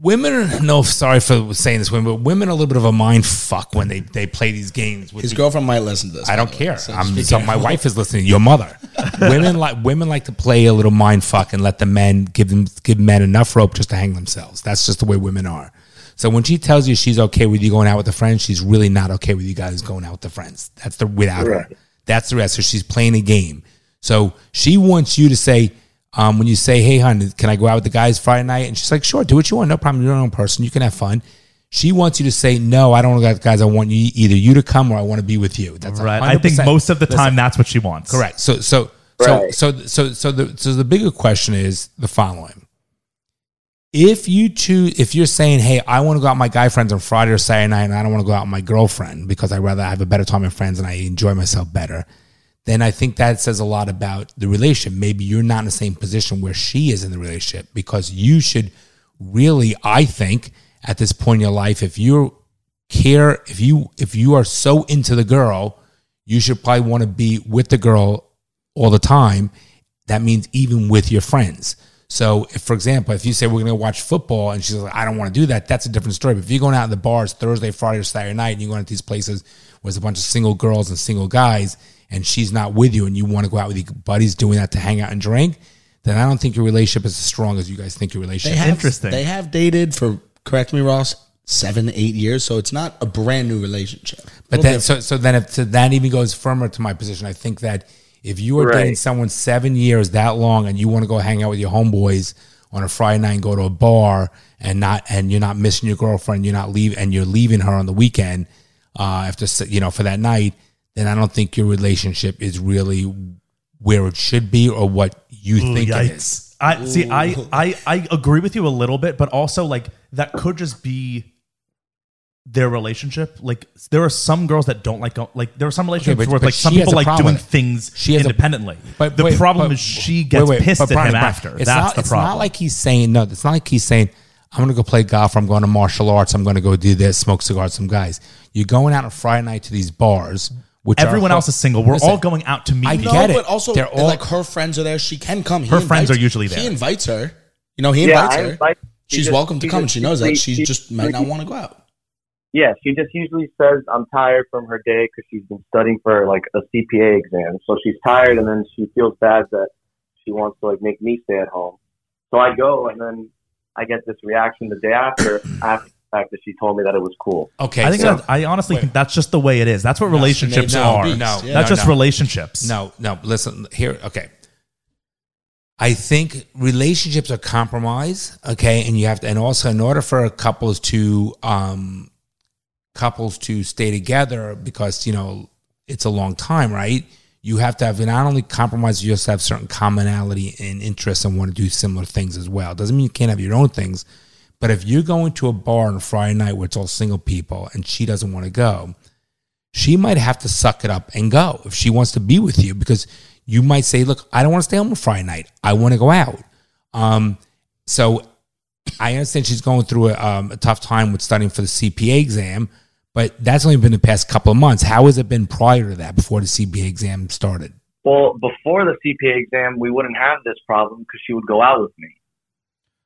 S1: women are, no, sorry for saying this, women, but women are a little bit of a mind fuck when they, they play these games. With
S3: His
S1: the-
S3: girlfriend might listen to this.
S1: I
S3: by
S1: don't
S3: the way,
S1: care.
S3: so
S1: I'm,
S3: just be
S1: so my
S3: careful.
S1: wife is listening. Your mother. women like women like to play a little mind fuck and let the men give them give men enough rope just to hang themselves. That's just the way women are. So when she tells you she's okay with you going out with the friends, she's really not okay with you guys going out with the friends. That's the without her.
S4: Right.
S1: That's the rest. So she's playing a game. So she wants you to say um, when you say, "Hey, hon, can I go out with the guys Friday night?" And she's like, "Sure, do what you want. No problem. You're an own person. You can have fun." She wants you to say, "No, I don't want to go out with the guys. I want you either you to come or I want to be with you." That's
S2: Right. I think
S1: 100%.
S2: most of the
S1: Listen,
S2: time that's what she wants.
S1: Correct. So so
S4: Right.
S1: so so so so the so the bigger question is the following. If you choose, if you're saying, "Hey, I want to go out with my guy friends on Friday or Saturday night, and I don't want to go out with my girlfriend because I rather have a better time with friends and I enjoy myself better," then I think that says a lot about the relationship. Maybe you're not in the same position where she is in the relationship because you should really, I think, at this point in your life, if you care, if you if you are so into the girl, you should probably want to be with the girl all the time. That means even with your friends. So, if, for example, if you say we're going to watch football and she's like, I don't want to do that, that's a different story. But if you're going out in the bars Thursday, Friday, or Saturday night and you're going to these places where there's a bunch of single girls and single guys and she's not with you and you want to go out with your buddies doing that to hang out and drink, then I don't think your relationship is as strong as you guys think your
S3: They
S1: relationship
S3: have,
S2: Interesting.
S3: They have dated for correct me, Ross, seven eight years. So it's not a brand new relationship.
S1: But
S3: Little
S1: then,
S3: different.
S1: so, so then, if so that even goes firmer to my position, I think that if you are
S4: Right.
S1: dating someone seven years that long, and you want to go hang out with your homeboys on a Friday night and go to a bar, and not and you're not missing your girlfriend, you're not leave, and you're leaving her on the weekend uh, after s- you know for that night, then I don't think your relationship is really where it should be or what you
S2: Ooh,
S1: think it
S2: yikes.
S1: is.
S2: I see. I, I I agree with you a little bit, but also like that could just be their relationship. Like there are some girls that don't like go- like there are some relationships
S1: but-
S2: where
S1: but
S2: like some
S1: she has
S2: people
S1: a
S2: like
S1: problem
S2: doing
S1: with it.
S2: things
S1: She has a-
S2: independently.
S1: But
S2: the
S1: wait,
S2: problem
S1: but-
S2: is she gets
S1: wait, wait,
S2: pissed
S1: but
S2: at
S1: Brian,
S2: him
S1: Brian,
S2: after.
S1: It's
S2: That's
S1: not,
S2: the
S1: it's
S2: problem.
S1: not like he's saying no. It's not like he's saying I'm going to go play golf. Or I'm going to martial arts. I'm going to go do this, smoke cigars. with Some guys. You're going out on Friday night to these bars, which are-
S2: Everyone else is single. We're
S1: Listen,
S2: all going out to meet.
S1: I
S2: people.
S1: get it.
S3: but also
S1: They're all-
S3: like her friends are there. She can come. He
S2: Her friends
S3: invites-
S2: are usually there.
S3: He invites her. You know, he
S4: yeah,
S3: invites
S4: I
S3: her.
S4: invite- she
S3: She's
S4: just-
S3: welcome to come, and she knows that. She, just might not
S4: she-
S3: want to go out.
S4: Yeah, she just usually says I'm tired from her day because she's been studying for like a CPA exam, so she's tired, and then she feels bad that she wants to like make me stay at home. So I go, and then I get this reaction the day after after the fact that she told me that it was cool.
S1: okay.
S2: I think
S1: so,
S2: that, I honestly
S1: Wait.
S2: think that's just the way it is. That's what relationships
S3: no,
S2: are.
S3: beast.
S1: no,
S3: Yeah.
S2: that's
S1: no,
S2: just
S1: no.
S2: relationships.
S1: No, no. Listen here. Okay. I think relationships are compromise. Okay, and you have to, and also in order for couples to um, couples to stay together because you know it's a long time, right? You have to have not only compromise, you also have certain commonality and interests and want to do similar things as well. Doesn't mean you can't have your own things, but if you're going to a bar on a Friday night where it's all single people and she doesn't want to go, she might have to suck it up and go if she wants to be with you because you might say, "Look, I don't want to stay home on Friday night. I want to go out." Um, so I understand she's going through a, um, a tough time with studying for the CPA exam, But that's only been the past couple of months. How has it been prior to that before the CPA exam started?
S4: Well, before the CPA exam, we wouldn't have this problem because she would go out with me.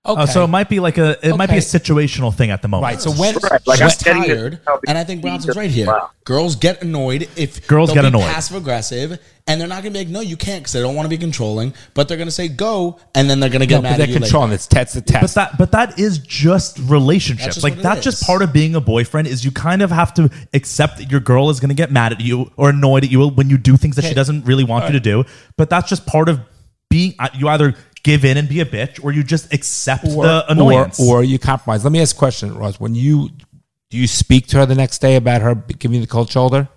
S1: Okay.
S2: Uh, so it might be like a it might be a
S1: Okay.
S2: situational thing at the moment.
S1: right. So when
S4: Right, like I'm
S3: She's
S4: getting this-
S3: tired, and I think Bronson's right here.
S4: Wow.
S3: Girls get annoyed if
S2: Girls
S3: they'll
S2: get
S3: be
S2: annoyed.
S3: passive aggressive, and they're not gonna be like, "No, you can't," because they don't want to be controlling. But they're gonna say, "Go," and then they're gonna get
S1: no, but
S3: mad
S1: they're
S3: at you. later.
S1: controlling. It's test to
S2: But
S1: test.
S2: that but that is just relationships.
S3: That's just
S2: like
S3: what it
S2: that's just
S3: is.
S2: part of being a boyfriend is you kind of have to accept that your girl is going to get mad at you or annoyed at you when you do things that she doesn't really want you to do. But that's just part of being uh, you either give in and be a bitch or you just accept the annoyance.
S1: Or, or you compromise. Let me ask a question, Ross. When you do you speak to her the next day about her b- giving you the cold shoulder?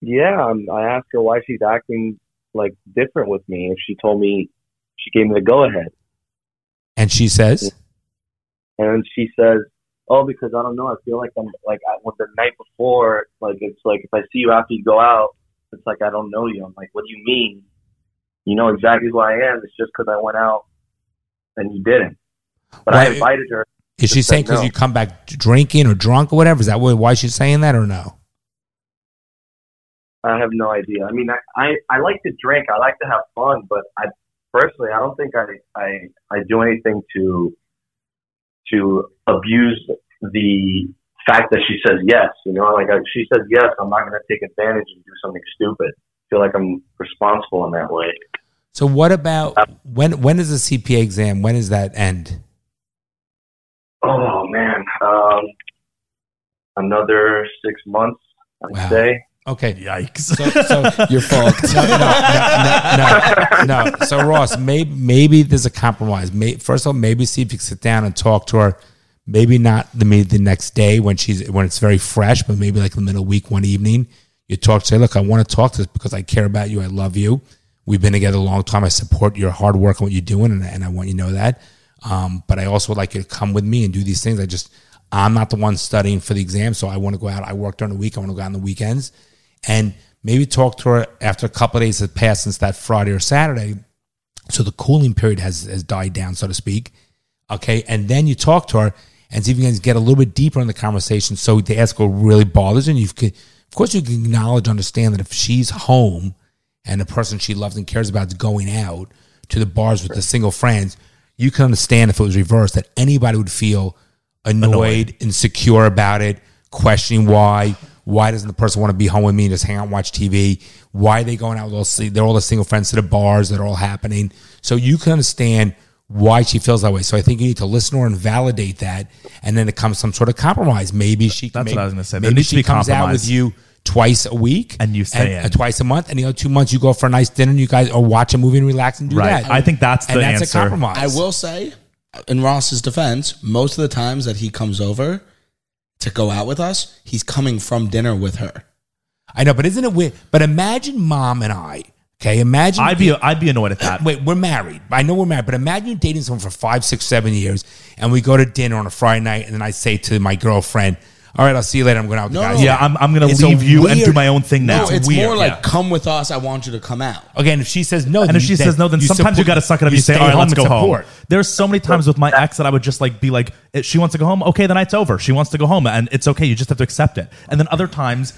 S4: Yeah, um, I asked her why she's acting like different with me, and she told me she gave me the go ahead,
S1: And she says,
S4: and she says, "Oh, because I don't know, I feel like I'm like I, well, the night before, like it's like if I see you after you go out, it's like I don't know you." I'm like, "What do you mean? You know exactly who I am. It's just because I went out and you didn't." But I
S1: Right.
S4: invited her.
S1: Is she
S4: Just
S1: saying
S4: say
S1: because
S4: no.
S1: you come back drinking or drunk or whatever? Is that why why she's saying that or no?
S4: I have no idea. I mean, I, I, I like to drink. I like to have fun, but I personally, I don't think I, I, I do anything to, to abuse the fact that she says yes. You know, like I, she says yes, I'm not going to take advantage and do something stupid. I feel like I'm responsible in that way.
S1: So what about
S4: Uh,
S1: when? When is the CPA exam? When does that end?
S4: Oh man, um, another six months, I'd
S1: Wow.
S4: say.
S1: Okay.
S2: Yikes.
S1: So, so
S3: You're fucked.
S1: no, no, no, no, no, no. So Ross, maybe maybe there's a compromise. May, first of all, maybe see if you can sit down and talk to her. Maybe not the maybe the next day when she's when it's very fresh, but maybe like in the middle of the week one evening, you talk. Say, look, I want to talk to this because I care about you. I love you. We've been together a long time. I support your hard work and what you're doing, and, and I want you to know that. Um, but I also would like you to come with me and do these things. I just I'm not the one studying for the exam, so I want to go out. I work during the week. I want to go out on the weekends and maybe talk to her after a couple of days has passed since that Friday or Saturday. So the cooling period has, has died down, so to speak. Okay. And then you talk to her and see if you can get a little bit deeper in the conversation. So the ask what really bothers you. And you can, of course, you can acknowledge, understand that if she's home and the person she loves and cares about is going out to the bars with the single friends, you can understand if it was reversed that anybody would feel annoyed, insecure about it, questioning why. Why doesn't the person want to be home with me and just hang out, and watch TV? Why are they going out with all? si- They're all the single friends to the bars that are all happening. So you can understand why she feels that way. So I think you need to listen to her and validate that, and then it comes some sort of compromise. Maybe she.
S2: That's
S1: maybe,
S2: what I was gonna say. There
S1: Maybe
S2: needs to
S1: she
S2: be
S1: comes out
S2: compromise.
S1: with you twice a week,
S2: And you stay in.
S1: uh, twice a month, and the other two months you go for a nice dinner. and You guys or watch a movie and relax and do
S2: right.
S1: that.
S2: I think that's the
S1: and that's
S2: answer.
S1: a compromise.
S3: I will say, in Ross's defense, most of the times that he comes over to go out with us, he's coming from dinner with her.
S1: I know, but isn't it weird? But imagine mom and I. Okay, imagine
S2: I'd be I'd be annoyed at that.
S1: Wait, we're married. I know we're married, but imagine you're dating someone for five, six, seven years, and we go to dinner on a Friday night, and then I say to my girlfriend, "All right, I'll see you later. I'm going out with
S3: No,
S1: the guys."
S3: no.
S2: yeah, I'm I'm gonna
S1: It's a
S2: leave you and do
S1: weird-
S2: my own thing now.
S3: No, it's
S2: weird,
S3: more like,
S2: yeah.
S3: come with us. I want you to come out.
S1: Okay, and if she says no,
S2: And if she says no, then sometimes you got to suck it up. You, say, all right, let's go home. There's so many times with my ex that I would just like be like, if she wants to go home. Okay, the night's over. She wants to go home, and it's okay. You just have to accept it. And then other times,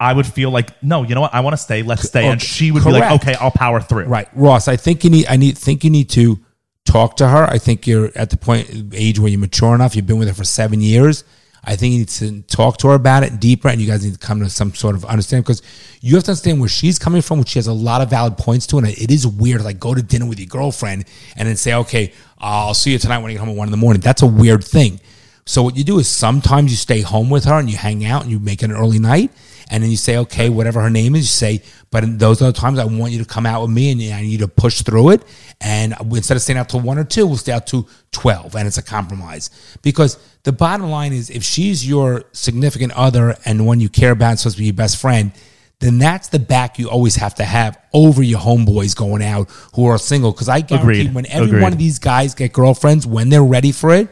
S2: I would feel like, no, you know what? I want to stay. Let's stay. And
S1: Okay,
S2: she would be like,
S1: correct.
S2: okay, I'll power through.
S1: Right, Ross. I think you need. I need. Think you need to talk to her. I think you're at the point age where you're mature enough. You've been with her for seven years. I think you need to talk to her about it deeper, and you guys need to come to some sort of understanding because you have to understand where she's coming from, which she has a lot of valid points to, and it is weird. Like go to dinner with your girlfriend and then say, "Okay, I'll see you tonight when I get home at one in the morning." That's a weird thing. So what you do is sometimes you stay home with her and you hang out and you make it an early night, and then you say, okay, whatever her name is, you say, but in those other times, I want you to come out with me and I need to push through it. And instead of staying out till one or two, we'll stay out to 12. And it's a compromise. Because the bottom line is if she's your significant other and the one you care about and supposed to be your best friend, then that's the back you always have to have over your homeboys going out who are single. Because I guarantee
S2: Agreed.
S1: when every
S2: Agreed.
S1: one of these guys get girlfriends, when they're ready for it,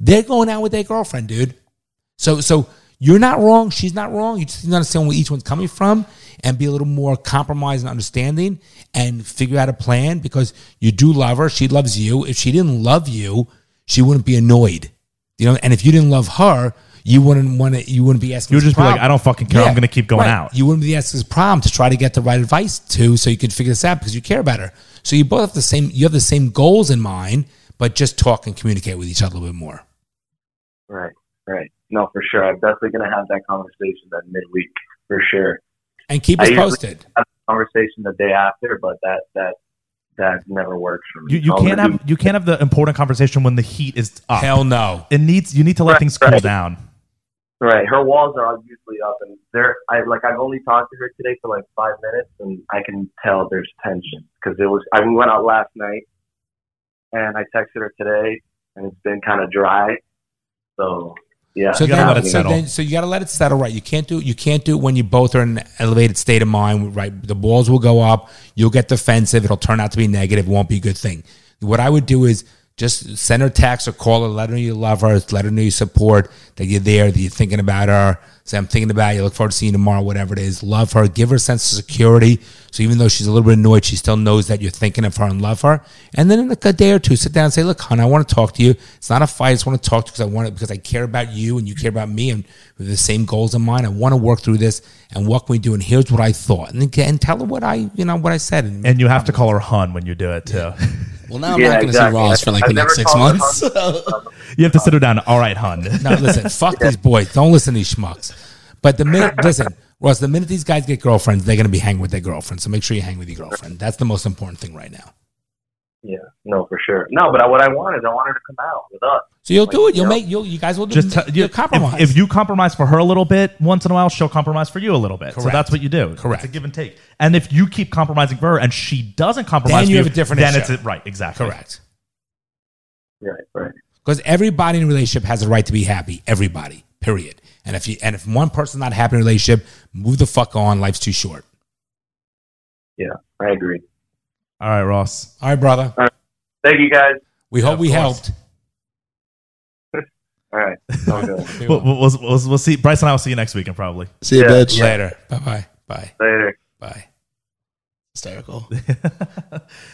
S1: they're going out with their girlfriend, dude. So so you're not wrong. She's not wrong. You just need to understand where each one's coming from and be a little more compromised and understanding and figure out a plan because you do love her. She loves you. If she didn't love you, she wouldn't be annoyed. You know, and if you didn't love her, you wouldn't want to. You wouldn't be asking.
S2: You would
S1: this
S2: just be like,
S1: problem.
S2: I don't fucking care.
S1: Yeah,
S2: I'm going to keep going
S1: right.
S2: out.
S1: You wouldn't be asking this problem to try to get the right advice to, so you can figure this out because you care about her. So you both have the same. You have the same goals in mind, but just talk and communicate with each other a little bit more.
S4: Right, right. No, for sure. I'm definitely going to have that conversation that midweek for sure.
S1: And keep
S4: I
S1: us
S4: usually-
S1: posted.
S4: Conversation the day after, but that that that never works for me.
S2: You, you
S4: So I'm
S2: can't
S4: gonna
S2: have you can't have the important conversation when the heat is up.
S1: Hell no.
S2: It needs you need to let
S4: Right,
S2: things cool
S4: right.
S2: down.
S4: do- right. Her walls are usually up, and they're I like I've only talked to her today for like five minutes, and I can tell there's tension because it was I we went out last night, and I texted her today, and it's been kind of dry, so. Yeah,
S1: So
S2: You gotta
S1: then,
S2: let it
S1: so
S2: settle.
S1: then, so you gotta let it settle right. You can't do you can't do it when you both are in an elevated state of mind. Right, the balls will go up. You'll get defensive. It'll turn out to be negative. It won't be a good thing. What I would do is just send her text or call her. Let her know you love her. Let her know you support that you're there. That you're thinking about her. Say I'm thinking about you. Look forward to seeing you tomorrow. Whatever it is, love her. Give her a sense of security. So even though she's a little bit annoyed, she still knows that you're thinking of her and love her. And then in like a day or two, sit down and say, "Look, hon, I want to talk to you. It's not a fight. I just want to talk to you because I want it because I care about you and you care about me and we have the same goals in mind. I want to work through this. And what can we do? And here's what I thought. And again, and tell her what I you know what I said. And,
S2: And you have to call her hun when you do it too.
S5: Well, now I'm
S4: Yeah,
S5: not going to
S4: exactly.
S5: see Ross for like
S4: I've
S5: the next
S4: never
S5: six
S4: called her
S5: months.
S2: You have to sit her down. All right, hun.
S1: no, listen, fuck these boys. Don't listen to these schmucks. But the minute listen, Ross, the minute these guys get girlfriends, they're gonna be hanging with their girlfriends. So make sure you hang with your girlfriend. That's the most important thing right now.
S4: Yeah, no, for sure. No, but I, what I want is I want her to come out with us.
S1: So you'll do it. You'll
S4: Yeah.
S1: make you'll you guys will do
S2: Just
S1: just
S2: tell you,
S1: you'll Mm, compromise.
S2: If, if you compromise for her a little bit once in a while, she'll compromise for you a little bit. So
S1: Correct.
S2: that's what you do.
S1: Correct.
S2: It's a give and take. And if you keep compromising for her and she doesn't compromise,
S1: Then
S2: for
S1: you have a different
S2: Then
S1: issue.
S2: it's a- right. Exactly.
S1: correct.
S4: Right, right.
S1: Because everybody in a relationship has a right to be happy. Everybody. Period. And if you and if one person's not happy in a relationship, move the fuck on. Life's too short.
S4: Yeah, I agree.
S2: All right, Ross.
S1: All right, brother.
S4: Thank you guys.
S1: We hope we helped.
S4: All right. Sounds good.
S2: We'll, we'll, we'll, we'll see. Bryce and I will see you next weekend probably.
S3: See you,
S4: Yeah.
S3: bitch.
S1: Later. Bye bye. Bye.
S4: Later.
S1: Bye.
S3: Hysterical.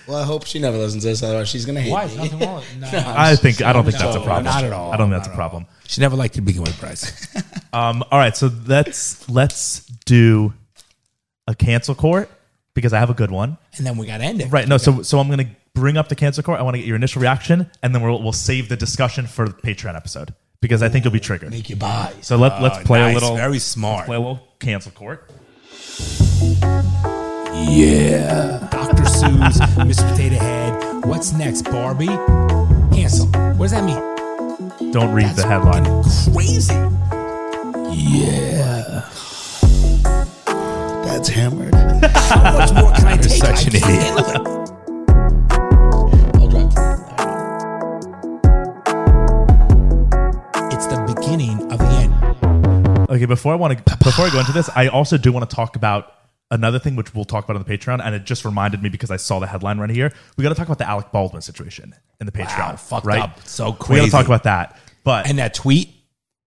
S3: Well, I hope she never listens to this, otherwise she's gonna hate
S1: Why?
S3: me.
S1: There's nothing wrong with- no.
S2: I think I don't think that's a
S1: No,
S2: problem.
S1: not at all.
S2: I don't think that's
S1: Not at
S2: a
S1: all.
S2: problem.
S1: She never liked you to begin with, Bryce.
S2: Um, all right, so let's let's do a cancel court because I have a good one.
S1: and then we got to end it.
S2: Right. No. So so I'm gonna bring up the cancel court. I want to get your initial reaction, and then we'll we'll save the discussion for the Patreon episode because I think you'll be triggered.
S3: Make you buy.
S2: So let let's play
S1: Nice,
S2: a little
S1: Very smart.
S2: play a little cancel court.
S1: Yeah. Dr. Seuss, Mr. Potato Head. What's next, Barbie? Cancel. What does that mean?
S2: Don't read the headline.
S1: Crazy.
S3: That's hammered.
S1: How much more can I take?
S5: such
S1: I
S5: an
S1: can't
S5: idiot.
S1: handle it.
S3: I'll drive.
S1: It's the beginning of the end.
S2: Okay. Before I want to before I go into this, I also do want to talk about another thing which we'll talk about on the Patreon, and it just reminded me because I saw the headline right here. We got to talk about the Alec Baldwin situation in the Patreon.
S1: Wow, fucked
S2: right?
S1: up. So
S2: We got
S1: crazy.
S2: to talk about that. But
S1: And that tweet.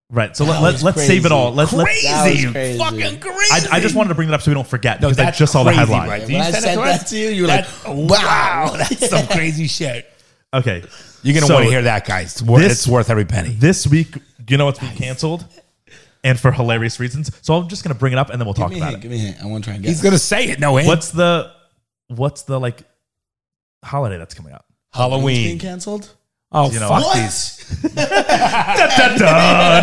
S2: Right. So let, let,
S3: was
S2: let's save it
S3: crazy.
S2: all. Let, let,
S1: Crazy.
S3: That was crazy.
S1: Fucking crazy.
S2: I, I just wanted to bring it up so we don't forget because I
S1: that's
S2: just saw the
S1: crazy,
S2: headline.
S1: Bryce.
S3: When I
S1: send it
S3: sent
S1: to
S3: that
S1: us?
S3: to you, you were
S1: That-
S3: like, "Wow,
S1: that's some crazy shit.
S2: Okay.
S1: You're gonna
S2: So,
S1: want to hear that, guys. It's worth,
S2: this-
S1: it's worth every penny.
S2: This week, you know what's been canceled and for hilarious reasons. So I'm just going to bring it up and then we'll talk
S3: Give me a
S2: about
S3: hint.
S2: it.
S3: Give me a hint. I want to try and
S1: He's
S3: guess.
S1: gonna say it. No, hint.
S2: What's the, what's the like holiday that's coming up?
S3: It's being
S1: Halloween?
S3: canceled.
S1: Oh,
S2: You know,
S1: fuck
S2: What?
S1: these.
S2: Dun, dun.
S1: Dun,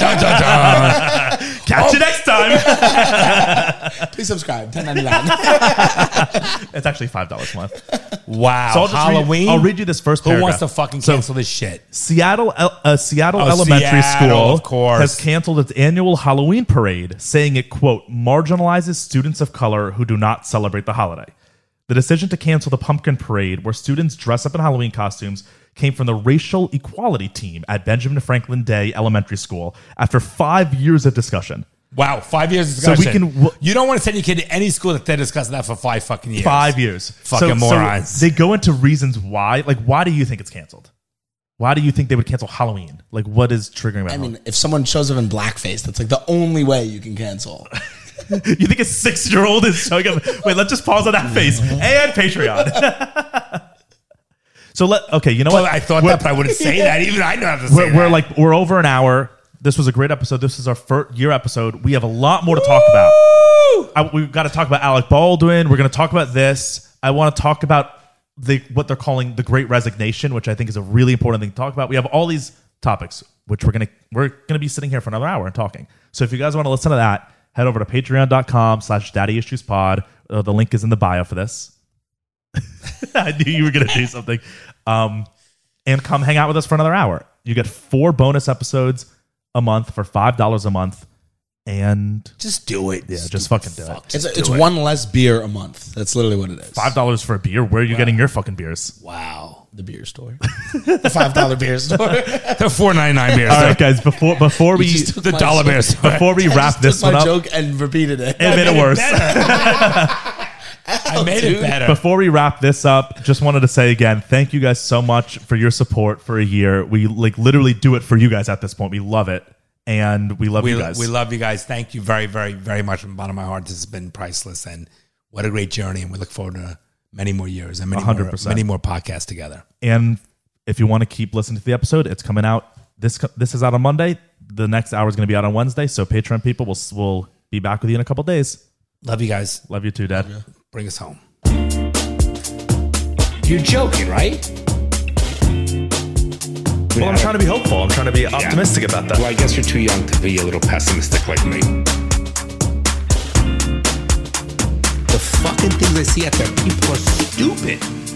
S1: dun, dun.
S2: Catch you next time.
S3: Please subscribe. Ten ninety nine.
S2: it's actually $5 a month.
S1: Wow,
S2: So I'll just read-
S1: Halloween.
S2: I'll read you this first
S1: Who
S2: paragraph.
S1: wants to fucking
S2: So-
S1: cancel this shit?
S2: Seattle El- uh, Seattle
S1: Oh,
S2: Elementary
S1: Seattle,
S2: School
S1: of course.
S2: has canceled its annual Halloween parade, saying it quote marginalizes students of color who do not celebrate the holiday. The decision to cancel the pumpkin parade, where students dress up in Halloween costumes, came from the racial equality team at Benjamin Franklin Day Elementary School after five years of discussion.
S1: Wow, five years of
S2: So we
S1: discussion.
S2: can w-
S1: you don't want to send your kid to any school that they're discussing that for five fucking years.
S2: Five years,
S1: Fucking morons.
S2: they go into reasons why. Like, why do you think it's canceled? Why do you think they would cancel Halloween? Like, what is triggering about?
S3: I
S2: Halloween?
S3: mean, if someone shows up in blackface, that's like the only way you can cancel.
S2: You think a six year old is showing up? Wait, let's just pause on that face and Patreon. so let okay, you know
S1: Well,
S2: what?
S1: I thought that, but I wouldn't say that. Even I know how to say
S2: We're,
S1: that.
S2: we're like we're over an hour. This was a great episode. This is our first year episode. We have a lot more to talk about. I, we've got to talk about Alec Baldwin. We're going to talk about this. I want to talk about the what they're calling the Great Resignation, which I think is a really important thing to talk about. We have all these topics, which we're gonna we're gonna be sitting here for another hour and talking. So if you guys want to listen to that, head over to Patreon.com/slash Daddy Issues Pod. Uh, the link is in the bio for this. I knew you were gonna do something. Um, and come hang out with us for another hour. You get four bonus episodes a month for five dollars a month, and
S5: Just do it.
S2: yeah, just fucking do it.
S3: It's, it's one less beer a month. That's literally what it is.
S2: Five dollars for a beer. Where are you getting your fucking beers?
S5: Wow.
S3: the beer store, the five dollar beer store.
S1: The four ninety nine beers.
S2: All right, guys. Before before we
S3: just took
S1: the
S3: my
S1: dollar
S3: joke.
S1: beers.
S2: before we wrap this
S3: my
S2: one up,
S3: joke and repeated it.
S2: it made it worse.
S1: I made it better.
S2: Before we wrap this up, just wanted to say again, thank you guys so much for your support for a year. We like literally do it for you guys at this point. We love it, and we love
S1: we,
S2: you guys.
S1: we love you guys. Thank you very, very, very much from the bottom of my heart. This has been priceless, and what a great journey. And we look forward to many more years and many more
S2: 100%.
S1: many more podcasts together.
S2: and if you want to keep listening to the episode, it's coming out this co- this is out on Monday. The next hour is going to be out on Wednesday. So Patreon people will will be back with you in a couple days.
S1: Love you guys.
S2: Love you too, Dad.
S1: Bring us home.
S5: You're joking, right?
S6: Well, I'm trying to be hopeful. I'm trying to be optimistic about that.
S7: Well, I guess you're too young to be a little pessimistic like me.
S8: The fucking things I see out there, people are stupid.